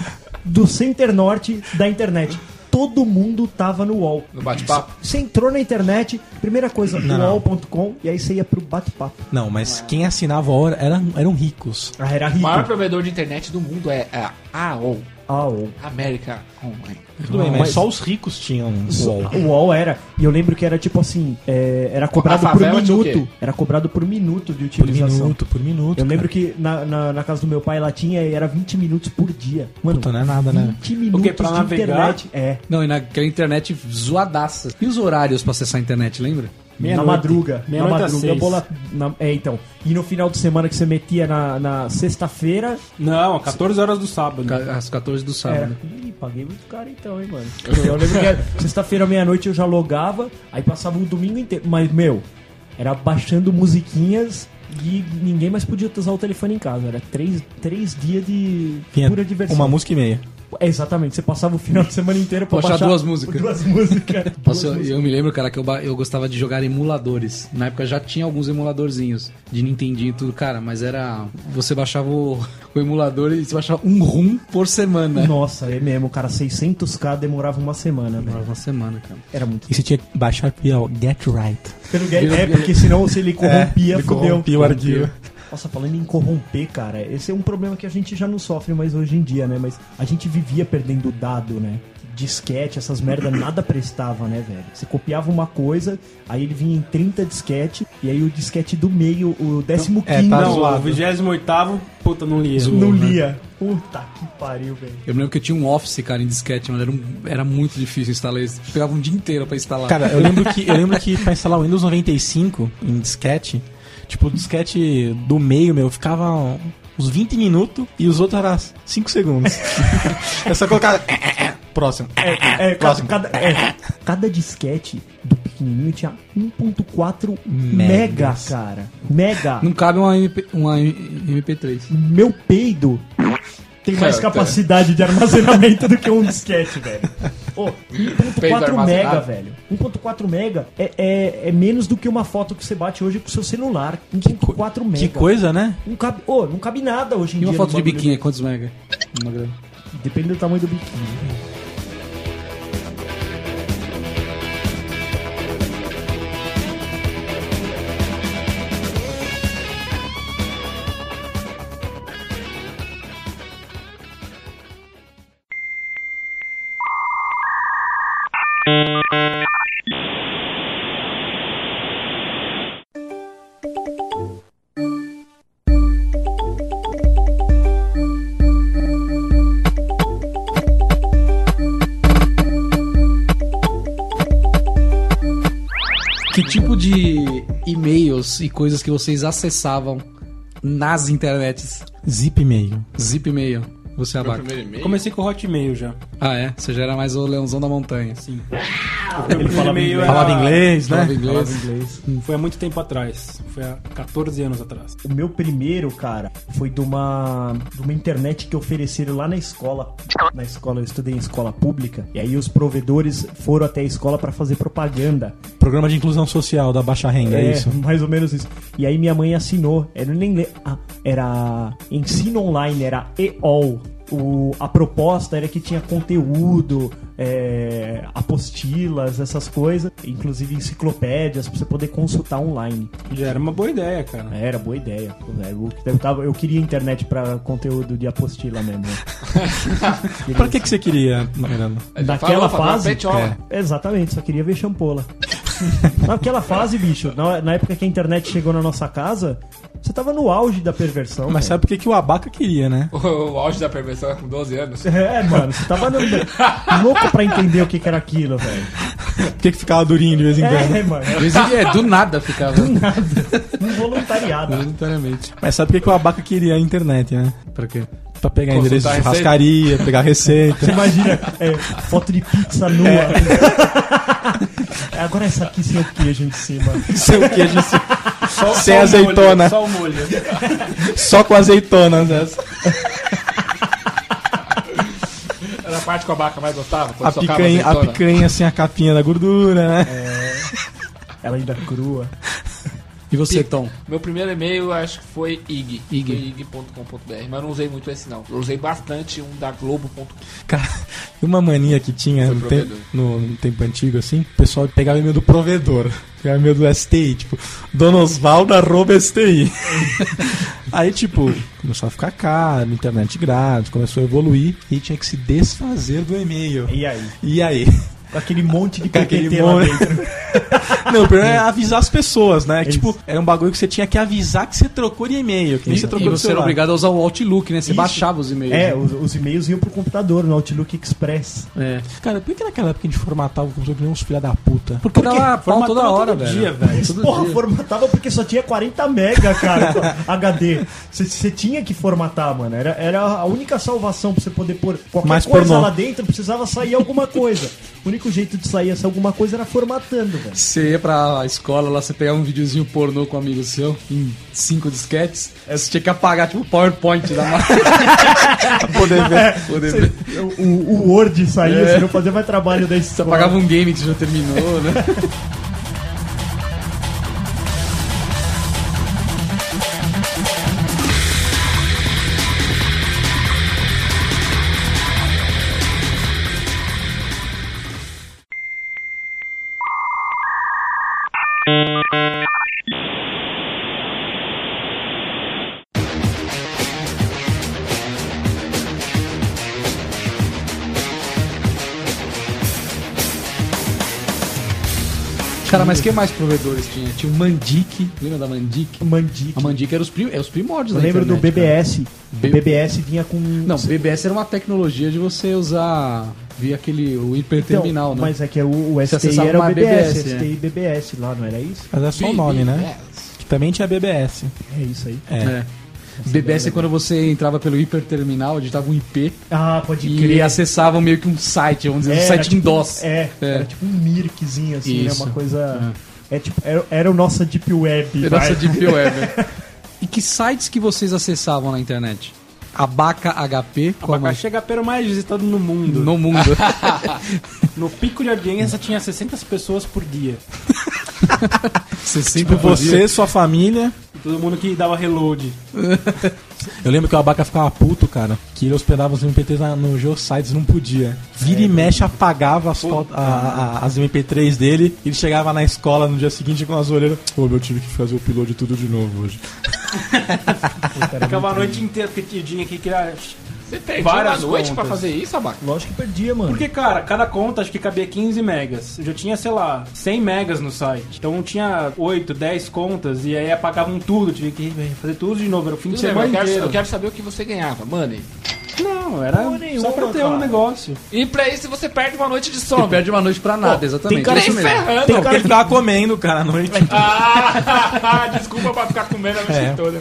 S5: do Center Norte da internet. Todo mundo tava no UOL.
S3: No bate-papo.
S5: Você entrou na internet, primeira coisa, UOL.com, e aí você ia pro bate-papo.
S2: Não, mas quem assinava a hora eram, eram ricos.
S5: Ah, era
S3: O
S5: rico.
S3: maior provedor de internet do mundo é a AOL.
S5: Ah, UOL.
S3: América Online.
S2: Tudo bem, Ah, mas, só os ricos tinham um UOL.
S5: O UOL era, e eu lembro que era tipo assim, é, era cobrado
S3: A
S5: por
S3: favela tinha o
S5: minuto.
S3: quê?
S5: Era cobrado por minuto de
S2: Por
S5: utilização.
S2: minuto, por minuto.
S5: Eu lembro que na, na, na casa do meu pai ela tinha e era 20 minutos por dia. Mano,
S2: Puta, não é nada, né?
S5: 20 minutos
S4: Porque pra
S5: de
S4: navegar-
S5: internet. É.
S6: Não, e naquela internet zoadaça. E os horários pra acessar a internet, lembra?
S5: na
S4: Meia-noite.
S5: madruga. Na
S4: Meia-noite às
S5: madruga.
S4: seis.
S5: bola- na- é, então. E no final de semana que você metia na, na sexta-feira,
S4: Não, 14 horas do sábado.
S6: Ca- Às 14 do sábado. né?
S5: era. É.
S2: né?
S5: Ih, paguei muito caro então, hein,
S2: [laughs]
S5: mano. Eu lembro que era sexta-feira, meia-noite, eu já logava, aí passava o domingo inteiro. Mas, meu, era baixando musiquinhas. E ninguém mais podia usar o telefone em casa. Era três, três dias de
S2: Tinha
S5: pura diversão.
S2: uma música e meia.
S5: É, exatamente, você passava o final de semana inteiro pra
S6: Baixar
S5: baixar [laughs]
S6: duas músicas.
S5: Duas músicas.
S2: [laughs]
S5: Duas
S6: Nossa, eu,
S5: músicas.
S6: eu me lembro, cara, que eu, ba- eu gostava de jogar emuladores. Na época já tinha alguns emuladorzinhos de Nintendinho e tudo, cara, mas era. Você baixava o, [laughs] o emulador e você baixava um rum por semana.
S2: né?
S5: Nossa, é mesmo, cara, 600k demorava uma semana, né?
S6: Demorava Uma semana, cara.
S5: Era muito.
S2: E você tinha que baixar o Get Right.
S5: Pelo Get- é, porque senão se ele corrompia,
S2: ele
S5: fudeu.
S2: corrompia o arquivo.
S5: Nossa, falando em corromper, cara, esse é um problema que a gente já não sofre mais hoje em dia, né? Mas a gente vivia perdendo dado, né? Disquete, essas merda, nada prestava, né, velho? Você copiava uma coisa, aí ele vinha em 30 disquete, e aí o disquete do meio, o 15
S2: É, tá
S4: não,
S2: zoado. né?
S4: o 28 puta, não li.
S5: não lia. Puta que pariu, velho.
S6: Eu me lembro que eu tinha um Office, cara, em disquete, mano. Era, um- era muito difícil instalar isso. Pegava um dia inteiro pra instalar.
S2: Cara, eu lembro que eu lembro que pra instalar o Windows 95 em disquete, tipo, o disquete do meio, meu, ficava uns 20 minutos e os outros eram 5 segundos. [laughs] é só colocar próximo.
S5: É, cada,
S2: Próximo.
S5: cada, é, cada disquete do pequenininho tinha 1.4 mega,
S2: Megas.
S5: cara. Mega.
S6: não cabe uma, MP, uma MP3.
S5: Meu peido tem mais
S3: Cara,
S5: capacidade de armazenamento do que um disquete, velho. Ô,
S3: Peido
S5: 1.4
S3: armazenado.
S5: mega, velho. 1.4 mega é, é, é menos do que uma foto que você bate hoje com seu celular. 1.4 mega.
S2: Que coisa, né?
S5: Não cabe, ô, não cabe nada hoje em
S6: E
S5: dia.
S6: uma
S5: no
S6: foto de
S5: bagulho.
S6: biquinho, é quantos mega? Uma grana.
S5: Depende do tamanho do biquinho.
S6: Que tipo de e-mails e coisas que vocês acessavam nas internets?
S2: Zip meio.
S6: Zip e-mail. Você abaca.
S4: Eu comecei com o Hotmail já.
S6: Ah, é? Você já era mais o Leãozão da Montanha. Sim. É.
S4: Ele falava inglês.
S2: Falava inglês, né?
S6: Falava inglês.
S4: é Foi há muito tempo atrás. Foi há 14 anos atrás.
S5: O meu primeiro, cara, foi de uma, de uma internet que ofereceram lá na escola. Na escola, eu estudei em escola pública. E aí os provedores foram até a escola pra fazer propaganda.
S2: Programa de inclusão social da baixa renda, é, isso.
S5: mais ou menos isso. E aí minha mãe assinou. Era nem le- ah, era ensino online, era EOL. O, a proposta era que tinha conteúdo, é, apostilas, essas coisas, inclusive enciclopédias, pra você poder consultar online.
S4: Já era uma boa ideia, cara.
S5: Era boa ideia. Pô, velho, Eu, tava, eu queria internet pra conteúdo de apostila mesmo.
S2: Pra que que você queria, Miranda?
S5: Naquela
S3: Falou, falou,
S5: fase. É.
S3: petiola.
S5: Exatamente, só queria ver [laughs] champola. Naquela fase, bicho, na, na época que a internet chegou na nossa casa, você tava no auge da perversão.
S2: Mas
S5: velho.
S2: sabe por que que o Abaca queria, né?
S3: O, o auge da perversão é com 12 anos.
S5: [laughs] É, mano, você tava no- louco pra entender o que, que era aquilo, velho.
S2: Por
S5: [laughs]
S2: que que ficava durinho de vez em quando?
S5: É, um mano,
S6: Às vezes ele- é, do nada ficava.
S5: involuntariado.
S6: Voluntariamente.
S2: Mas sabe por que que o Abaca queria a internet, né?
S6: Pra quê?
S2: Pra pegar endereço de
S3: Consultar a
S2: churrascaria, pegar receita.
S4: [laughs]
S5: Você [laughs] imagina, é, foto de pizza nua. É. [laughs] Agora essa aqui sem o queijo em cima.
S2: sei o que, a gente...
S4: Só,
S2: Sem
S4: só o
S2: azeitona.
S4: molho, Só o molho.
S2: Só com né? azeitonas essa.
S3: Era a parte que a vaca mais gostava. quando
S2: A
S3: socava
S2: picanha, a
S3: azeitona.
S2: picanha sem a capinha da gordura, né?
S5: Ela ainda crua.
S6: E você, Tom?
S3: Meu primeiro e-mail acho que foi IG.
S6: IG.
S3: Foi IG.com.br, mas não usei muito esse não. Eu usei bastante um da Globo.com.
S2: Cara, [laughs] e uma mania que tinha
S3: Foi
S2: no,
S3: provedor.
S2: tempo- no- no tempo antigo, assim, o pessoal pegava e-mail do provedor, [laughs] pegava e-mail do STI, tipo, donosvaldo.sti. [laughs] Aí, tipo, começou a ficar caro, internet grátis, começou a evoluir e tinha que se desfazer do e-mail.
S5: E aí?
S2: E aí?
S6: [laughs]
S5: Com aquele monte de
S2: Com aquele
S5: PPT lá
S2: monte.
S5: dentro.
S2: [laughs] Não, o problema é avisar as pessoas,
S6: É
S2: né? Que,
S5: Isso.
S2: tipo, era um bagulho que você tinha que avisar que você trocou de e-mail, que nem você
S6: E
S2: trocou de
S6: você era
S2: celular.
S6: obrigado a usar o Outlook, né? Você
S5: Isso.
S6: baixava os e-mails.
S5: É,
S6: né?
S5: os, os e-mails iam pro computador, no Outlook Express.
S6: É.
S2: Cara, por que naquela época a gente formatava o computador que nem uns filha da puta?
S6: Porque dava pau
S4: Formatava
S6: toda
S4: todo
S6: hora,
S4: dia,
S6: velho.
S4: velho.
S6: Todo
S5: Porra,
S6: dia.
S5: formatava porque só tinha 40 mega, cara, [laughs] HD. Você tinha que formatar, mano. Era, era a única salvação pra você poder pôr qualquer
S2: Mais
S5: coisa
S2: pornô.
S5: lá dentro, precisava sair alguma coisa. O único jeito de sair essa alguma coisa era formatando, velho.
S6: Você ia pra escola lá, você pegava um videozinho pornô com um amigo seu, em cinco disquetes,
S2: É.
S6: aí você tinha que apagar tipo o PowerPoint da
S2: [laughs]
S6: máquina.
S2: Poder ver.
S6: Poder ver.
S5: O, o Word saía,
S6: É.
S5: você não fazia mais trabalho da
S6: Você
S5: escola.
S6: apagava um game que já terminou, né? Cara, mas quem mais provedores tinha? Tinha o Mandic. Lembra da Mandic?
S5: Mandic.
S6: A Mandic era os, prim... é os primórdios
S5: Eu
S6: da
S5: lembro do
S6: internet, cara.
S5: BBS.
S6: B-
S5: O BBS vinha com.
S6: Não, BBS era uma tecnologia de você usar via aquele o hiperterminal, né?
S5: Mas é que o, o STI
S6: acessava
S5: era o
S6: uma
S5: BBS,
S6: BBS,
S5: STI BBS lá, não era isso?
S2: Mas é só o nome, né?
S4: É.
S2: Que também tinha BBS.
S5: É isso aí.
S2: É.
S6: É. BBS é quando você entrava pelo hiperterminal, digitava um IP
S5: Ah, pode
S6: e
S5: crer.
S6: acessava meio que um site, vamos dizer,
S5: É,
S6: um
S5: era
S6: site em
S5: tipo-
S6: DOS.
S5: É,
S6: É.
S5: era tipo um mirkzinho assim, né?
S6: Isso.
S5: Uma coisa. É tipo, era, era o nossa Deep Web.
S6: Pedaço
S5: vai.
S6: de Deep Web. e que sites que vocês acessavam na internet? Abaca HP, como?
S4: Abacaxi é pelo mais visitado no mundo.
S6: No mundo.
S4: No pico de audiência tinha 60 pessoas por dia.
S6: você
S2: Tipo você, sua família.
S4: E todo mundo que dava reload.
S2: Eu lembro que o Abaca ficava puto, cara, que ele hospedava os MP3 na- no Geosites não podia. Vira e mexe, apagava as, foto- a- a- as MP3 dele, ele chegava na escola no dia seguinte com as orelhas. Ô, meu, tive que fazer o piloto de tudo de novo hoje.
S4: Ficava a noite inteira porque tinha- tinha que ah, criar.
S3: Você perdia a
S4: Várias
S3: noite pra
S4: contas.
S3: fazer isso, Abaca?
S5: Lógico que perdia, mano.
S4: Porque, cara, cada conta acho que cabia 15 megas. Eu já tinha, sei lá, 100 megas no site. Então tinha 8, 10 contas e aí apagavam tudo. Tive que fazer tudo de novo. Era o fim de
S3: Tudo bem, mas
S4: semana
S3: eu, quero, eu
S4: inteiro.
S3: quero saber o que você ganhava, money.
S4: Não, era
S5: Porra
S4: só
S5: nenhuma,
S2: né,
S4: pra ter um
S5: cara.
S4: negócio.
S3: E pra isso você perde uma noite de
S6: Não
S3: sono.
S6: perde uma noite pra nada, exatamente.
S3: Ah, Tem cara
S6: é isso
S3: nem
S6: mesmo.
S3: ferrando.
S2: Não, porque ele ficava comendo, cara, à noite.
S3: Ah, desculpa pra ficar comendo a noite
S2: É.
S3: toda.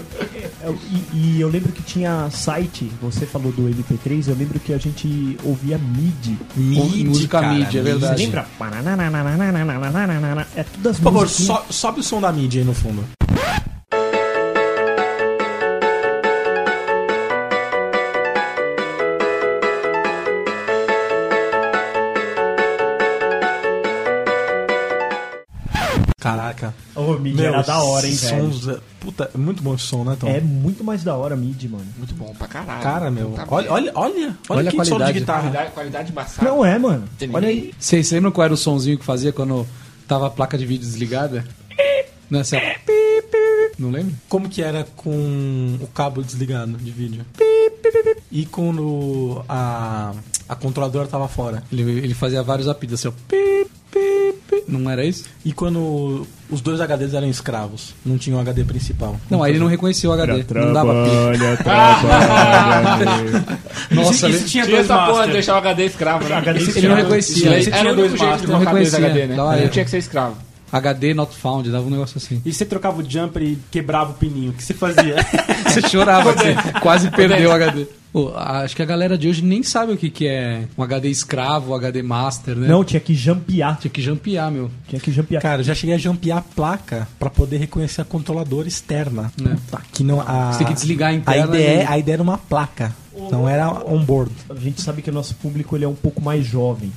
S5: Eu- E, e eu lembro que tinha site, você falou do MP3, eu lembro que a gente ouvia MIDI.
S2: Mid,
S6: música
S2: cara,
S6: mid, é
S5: Você
S6: verdade.
S5: lembra? Panananananananananana. É tudo das
S2: Por favor,
S5: musiquinhas.
S2: so- sobe o som da mídia aí no fundo. Caraca.
S5: Ô, MIDI era da hora, hein,
S2: esses
S5: velho.
S2: sons, é- Puta, é muito bom esse som, né, Tom?
S5: É muito mais da hora MIDI, mano.
S3: Muito bom pra caralho.
S2: Cara, meu.
S3: Tá
S2: Olha,
S3: bem.
S2: olha, olha,
S6: Olha
S2: olha
S6: a
S2: que solo de
S6: qualidade.
S2: guitarra.
S3: Qualidade, qualidade
S2: Tá.
S3: embaçada.
S5: Não é, mano.
S3: Tem
S5: Olha
S3: ninguém.
S5: aí.
S6: Vocês lembram qual era o sonzinho que fazia quando tava a placa de vídeo desligada? Não, essa... Não lembro?
S2: Como que era com o cabo desligado de vídeo? E quando a, a controladora tava fora?
S6: Ele, ele fazia vários apitos, assim, ó. Pi, pi, pi. Não era isso?
S2: E quando os dois HDs eram escravos, não tinha o HD principal.
S6: Não, aí ele não reconhecia o HD. Não dava pi.
S2: [laughs]
S5: Olha,
S6: tá,
S5: trabalha.
S6: [laughs] Nossa,
S2: né?
S6: ele,
S4: Isso tinha
S3: Tinha
S4: dois
S3: essa porra de
S4: masters.
S3: deixar o HD escravo, né?
S5: HD
S6: ele não
S5: escravo.
S3: Isso
S6: reconhecia.
S3: aí
S6: Ele
S3: Era
S6: tinha
S3: o
S6: dois
S3: único jeito de
S6: não
S3: colocar dois
S6: reconhecia.
S3: HD, né?
S6: Dava
S3: Não
S6: erro.
S3: tinha que ser escravo.
S6: HD not found, dava um negócio assim.
S4: E você trocava o jumper e quebrava o pininho. O que você fazia?
S6: [laughs] Você chorava, que você quase perdeu o HD. Pô, acho que a galera de hoje nem sabe o que, que é um HD escravo, HD master, né?
S5: Não, tinha que jampear.
S6: Tinha que jampear, meu.
S5: Tinha que
S2: [laughs]
S5: jampear.
S2: Cara, eu já cheguei a jampear a placa pra poder reconhecer a controladora externa. Puta, Né? que não a
S6: Você tem que desligar a
S2: a
S6: interna.
S2: ideia, é,
S6: né?
S2: a ideia era uma placa, não era on-board.
S5: A gente sabe que o nosso público ele é um pouco mais jovem.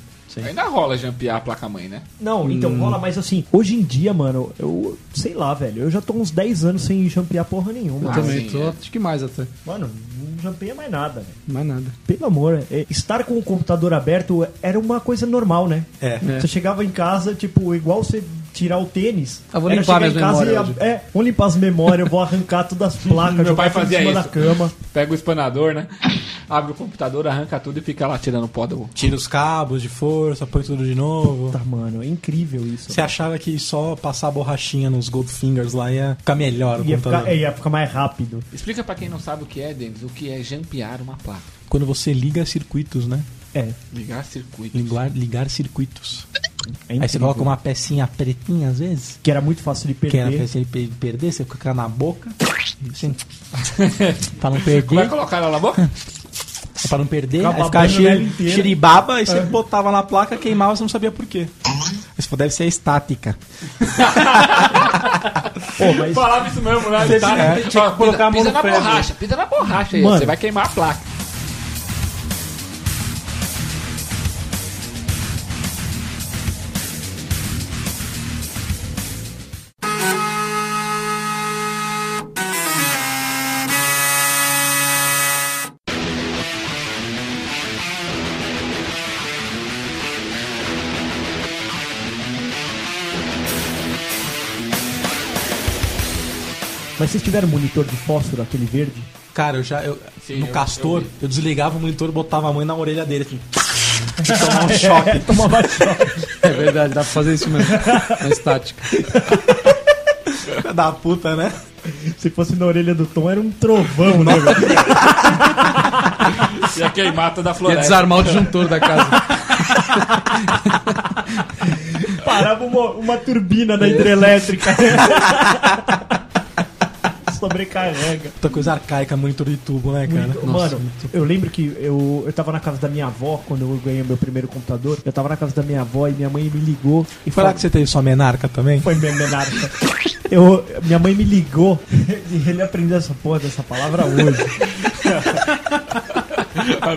S3: Ainda rola jampear a placa-mãe, né?
S5: Não, então
S6: Hum.
S5: rola, mas assim, hoje em dia, mano, eu sei lá, velho, eu já tô uns 10 anos sem jampear porra nenhuma.
S3: Ah,
S6: Eu
S5: Mano,
S6: também
S3: sim,
S6: tô,
S3: é.
S6: acho que mais até.
S5: Mano, não jampeia mais nada, velho.
S6: Mais nada.
S5: Pelo amor, é, estar com o computador aberto era uma coisa normal, né?
S2: É.
S5: Você chegava em casa, tipo, igual você tirar o tênis.
S6: Ah, vou
S5: era
S6: limpar
S5: chegar
S6: minhas
S5: em casa
S6: memórias
S5: e a- É, vou limpar as memórias, vou arrancar todas
S6: [laughs]
S5: as placas,
S3: Meu
S5: jogar
S3: pai
S5: tudo em
S3: fazia
S5: cima
S3: isso.
S5: da cama.
S3: Pega o espanador, né? Abre o computador, arranca tudo e fica lá tirando pó do...
S2: Tira os cabos de força, põe tudo de novo.
S5: Tá, mano, é incrível isso.
S2: Você achava que só passar a borrachinha nos Goldfingers lá ia ficar melhor o
S5: Ia
S2: computador.
S5: ficar, é, ia ficar mais rápido.
S3: Explica pra quem não sabe o que é, Denis, o que é jampear uma placa.
S2: Quando você liga circuitos, né?
S5: É,
S3: Ligar circuito.
S2: Ligar, ligar circuitos.
S5: é
S2: Aí você
S5: incrível.
S2: coloca uma pecinha pretinha às vezes.
S5: Que era muito fácil de
S2: Que era pra
S5: perder.
S2: você pe- perder, você colocar na boca.
S5: [laughs]
S2: Assim, pra não perder.
S3: Vai colocar ela na boca?
S2: Pra não perder,
S5: Ficar
S2: aí ficava
S5: babando ela
S2: xiri-
S5: inteira. É.
S2: xiribaba, e você botava na placa, queimava, você não sabia por quê. Isso deve ser a estática.
S5: [laughs] Pô, mas,
S3: Falava isso mesmo, né? Tá,
S2: tinha-
S3: né?
S4: tinha que
S3: Ó,
S4: colocar a mão
S3: pisa,
S4: no
S3: pisa na
S4: ferro.
S3: borracha, pisa na borracha aí,
S5: Mano.
S3: você vai queimar a placa.
S5: mas vocês tiveram monitor de fósforo, aquele verde? [laughs]
S2: Cara, eu já. eu-
S3: Sim,
S2: no
S3: eu-
S2: castor,
S3: eu
S4: [laughs]
S2: eu, desligava o monitor e botava a mãe na orelha dele assim. Tomar um choque.
S5: Tomava choque.
S6: É verdade, dá pra fazer isso [laughs] mesmo. Na estática.
S2: Filha da puta, né?
S5: Se fosse na orelha do Tom, era um trovão, né, velho?
S3: [laughs] Ia queimar toda a
S6: Ia
S3: floresta.
S6: desarmar o disjuntor da casa.
S5: Parava uma, uma turbina da hidrelétrica. [laughs] Sobrecarrega.
S2: Puta coisa arcaica, monitor de tubo, né, cara?
S5: Mano, eu lembro que eu, eu tava na casa da minha avó quando eu ganhei meu primeiro computador. Eu tava na casa da minha avó e minha mãe me ligou.
S2: E foi lá que você teve sua menarca também?
S5: Foi minha menarca. Eu, minha mãe me ligou [laughs] e ele aprendeu essa porra dessa palavra hoje.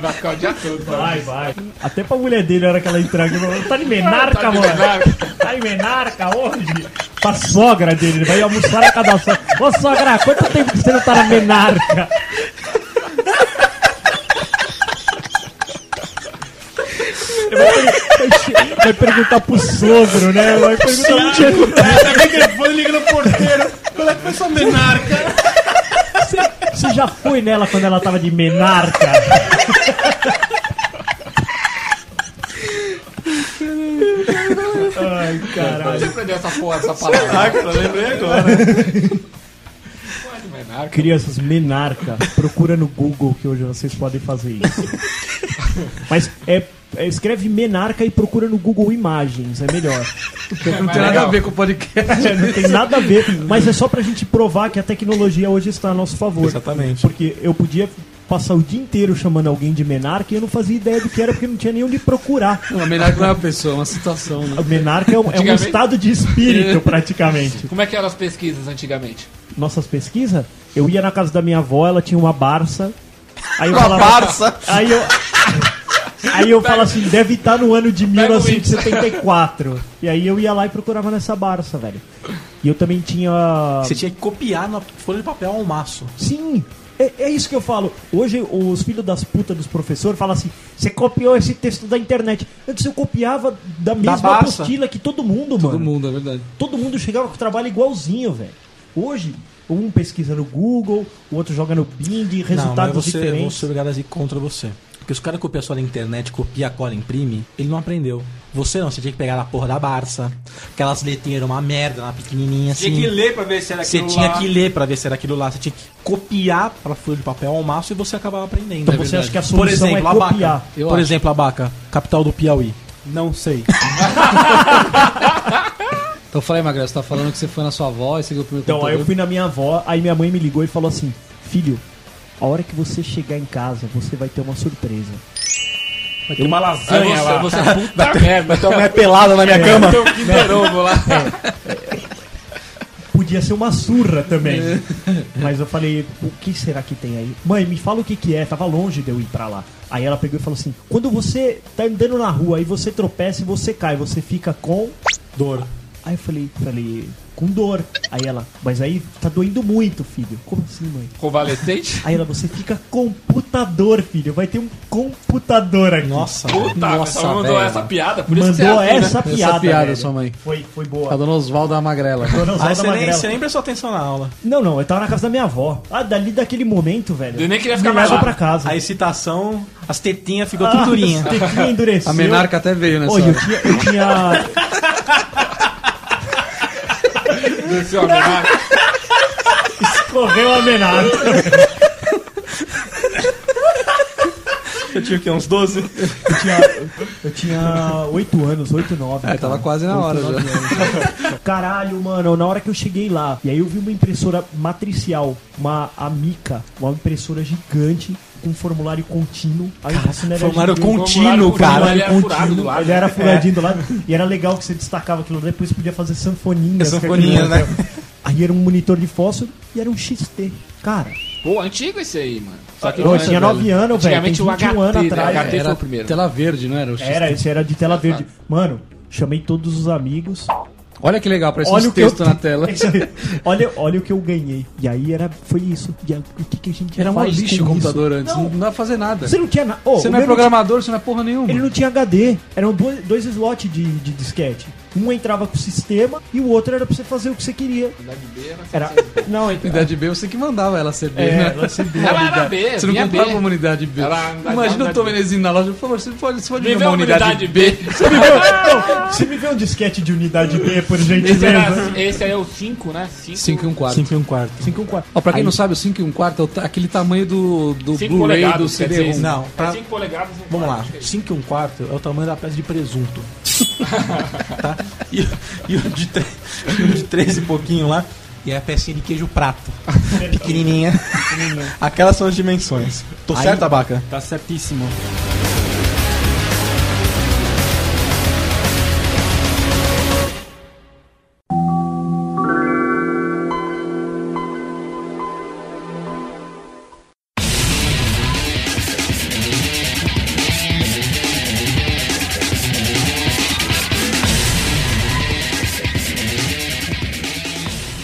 S3: Vai ficar o dia todo. mano.
S5: Vai, vai. Até pra mulher dele, a hora que ela entrar aqui, falou, tá de menarca,
S3: Tá de
S5: mano.
S3: menarca."
S5: Tá de menarca hoje. Pra sogra dele, ele vai almoçar na casa da sogra. Ô sogra, quanto tempo que você não tá na menarca? Ele Vai, per- vai perguntar pro sogro, né? Vai perguntar pro tio.
S4: Telefone liga no porteiro. Qual é que foi sua menarca?
S5: Você já foi nela quando ela tava de menarca? Ai, caralho.
S3: Você aprendeu essa porra, essa palavra.
S2: cara, lembrei agora.
S5: Crianças menarca, procura no Google que hoje vocês podem fazer isso. Mas é, é, escreve menarca e procura no Google Imagens, é melhor.
S6: [laughs] Não tem nada a ver com o podcast.
S5: É, não tem nada a ver, mas é só pra gente provar que a tecnologia hoje está a nosso favor.
S2: Exatamente.
S5: Porque eu podia passar o dia inteiro chamando alguém de menarca e eu não fazia ideia do que era porque não tinha nem onde procurar.
S6: Não, melhor que não é uma pessoa, é uma situação, né?
S5: A menarca é um, é um
S3: Antigamente-
S5: estado de espírito, praticamente.
S3: Como é que eram as pesquisas antigamente?
S5: Nossas pesquisas, eu ia na casa da minha avó, ela tinha uma Barça. Aí eu falava,
S2: Barça.
S5: Aí eu. Aí eu falo assim, deve estar no ano de
S3: Pega o
S5: 1974. E aí eu ia lá e procurava nessa Barça, velho. E eu também tinha.
S2: Você tinha que copiar na folha de papel ao maço.
S5: Sim! É, é isso que eu falo. Hoje os filhos das putas dos professores falam assim: você copiou esse texto da internet. Antes eu copiava da mesma
S2: Barça.
S5: apostila que todo mundo, mano
S6: Todo mundo, é verdade.
S5: todo mundo chegava com o trabalho igualzinho, velho. Hoje, um pesquisa no Google, o outro joga no Bing, resultados
S2: você, é vou
S5: diferentes.
S2: ser obrigado a ir contra você. Porque se o cara copia só na internet, copia, cola, imprime, ele não aprendeu. Você não, você tinha que pegar a porra da Barça. Aquelas letrinhas eram uma merda, uma pequenininha assim.
S4: Tinha que ler pra ver se era
S2: Você
S4: aquilo
S2: tinha
S4: lá.
S2: que ler pra ver se era aquilo lá. Você tinha que copiar pra folha de papel ao maço e você acabava aprendendo. é
S5: Então você acha que a
S2: Por
S5: solução
S2: exemplo,
S5: é
S2: Abaca.
S5: copiar.
S6: Eu
S2: Por
S6: acho.
S2: exemplo, Abaca, capital do Piauí.
S5: Não sei.
S6: Então fala aí, Magrelo, você tá falando que você foi na sua avó e seguiu o primeiro
S5: Então, aí eu
S6: computador.
S5: fui na minha avó, aí minha mãe me ligou e falou assim: Filho, a hora que você chegar em casa, você vai ter uma surpresa.
S4: Vai ter uma
S3: Aí
S4: lasanha
S3: você,
S4: lá.
S3: você puta merda. Então,
S2: É pelada na minha cama.
S3: tem um Kinder Ovo lá.
S5: Podia ser uma surra também.
S3: É.
S5: Mas eu falei, o que será que tem aí? Mãe, me fala o que que é, tava longe de eu ir pra lá. Aí ela pegou e falou assim: quando você tá andando na rua e você tropeça e você cai, você fica com.
S2: Dor.
S5: Aí eu falei, falei, com dor. Aí ela, mas aí tá doendo muito, filho. Como assim, mãe?
S3: Convalescente.
S5: Aí ela, você fica computador, filho. Vai ter um computador aqui.
S2: Nossa.
S3: Puta,
S6: Nossa,
S3: ela mandou
S6: velho.
S3: essa piada, por isso que você é
S5: Mandou
S3: assim, né?
S5: essa piada.
S6: Essa piada,
S5: velho.
S6: sua mãe.
S5: Foi, foi
S6: A
S3: Tá
S5: boa.
S6: dona Osvalda Magrela.
S2: Aí
S5: Dona Osvalda
S2: você nem,
S5: Magrela.
S2: você nem prestou atenção na aula.
S5: Não, não, eu tava na casa da minha avó. Ah, dali daquele momento, velho.
S3: Eu nem queria ficar
S5: me
S3: mais
S5: leva
S3: lá.
S5: pra casa.
S2: A excitação, as tetinhas ficou
S5: Ah,
S2: tudo [laughs] durinha.
S5: tetinha endureceu.
S6: A menarca até veio nessa
S5: Olha, eu
S6: hora.
S5: tinha, eu tinha
S3: Esse homem lá.
S5: Correu a menarca.
S2: Eu tinha o quê? Uns 12?
S5: Eu tinha, eu tinha 8 anos, 8, 9.
S6: É, tava quase na hora já.
S5: Caralho, mano, na hora que eu cheguei lá, e aí eu vi uma impressora matricial, uma Amica, uma impressora gigante com formulário contínuo. Aí assim, não era
S2: Formulário
S5: gigante,
S2: contínuo,
S3: formulário
S2: cara.
S3: contínuo, ele era
S5: contínuo,
S3: furado do lado.
S5: Ah, Ele é- era furadinho do lado. E era legal que você destacava aquilo, depois podia fazer sanfoninhas. com
S2: Sanfoninha,
S5: aquilo. Aí era um monitor de fósforo e era um XT. Cara,
S3: Pô, antigo esse aí, mano. Só que é
S5: eu tinha 9 anos, velho. Tem
S3: Antigamente o
S5: 21 anos
S3: HT, né?
S5: atrás.
S3: HT.
S6: Era
S3: foi o primeiro.
S6: tela verde, não era? O
S5: Era, esse era de tela verde. Mano, chamei todos os amigos.
S6: Olha que legal, parece uns textos
S5: [laughs]
S6: na [laughs] tela.
S5: Isso aí. olha, olha o que eu ganhei. E aí era, foi isso. E aí, o que, que a gente
S6: Era um
S5: faz
S6: lixo
S5: com
S6: o computador
S5: isso?
S6: antes.
S5: Não,
S6: Não, dá pra fazer nada.
S5: você não tinha nada.
S6: é Você não é programador, você não é porra nenhuma.
S5: Ele não tinha HD. Eram dois, dois slots de, de disquete. Um entrava pro sistema e o outro era pra você fazer o que você queria. Era. [laughs] Não, então, entra...
S6: Unidade B, você que mandava ela ser B,
S5: É,
S6: né?
S5: ela se deu.
S3: Ela era B,
S6: Você não
S3: vinha B.
S6: comprava uma unidade B.
S3: Ela- ela-
S6: Imagina o
S3: ela-
S6: Tom Menezinho na loja, por favor, você pode, você pode
S3: Me
S6: me
S3: vê
S6: uma unidade, B.
S3: [laughs] é
S5: Você me vê, não, você me vê um disquete de unidade B, por
S3: Esse,
S5: gentileza.
S3: era, esse aí é o 5, né? 5.
S6: 5 e 1 quarto.
S2: 5 e um quarto.
S5: 5 um 4.
S6: Ó, pra quem não sabe, o 5 e 1 quarto é o ta- aquele tamanho do, do
S3: Cinco
S6: Blu-ray do um.
S3: polegadas, quer dizer
S6: CD.
S3: isso.
S2: Não, pra,
S3: 5 polegadas. um
S2: Vamos lá,
S3: quarto, acho que é isso.
S2: 5 e 1 quarto é o tamanho da peça de [laughs] presunto. tá? E, e o de tre- e o de 13 e pouquinho lá, e é a pecinha de queijo [laughs] prato. Pequenininha. Aquelas são as dimensões. Tô certo, Abaca?
S4: Tá certíssimo.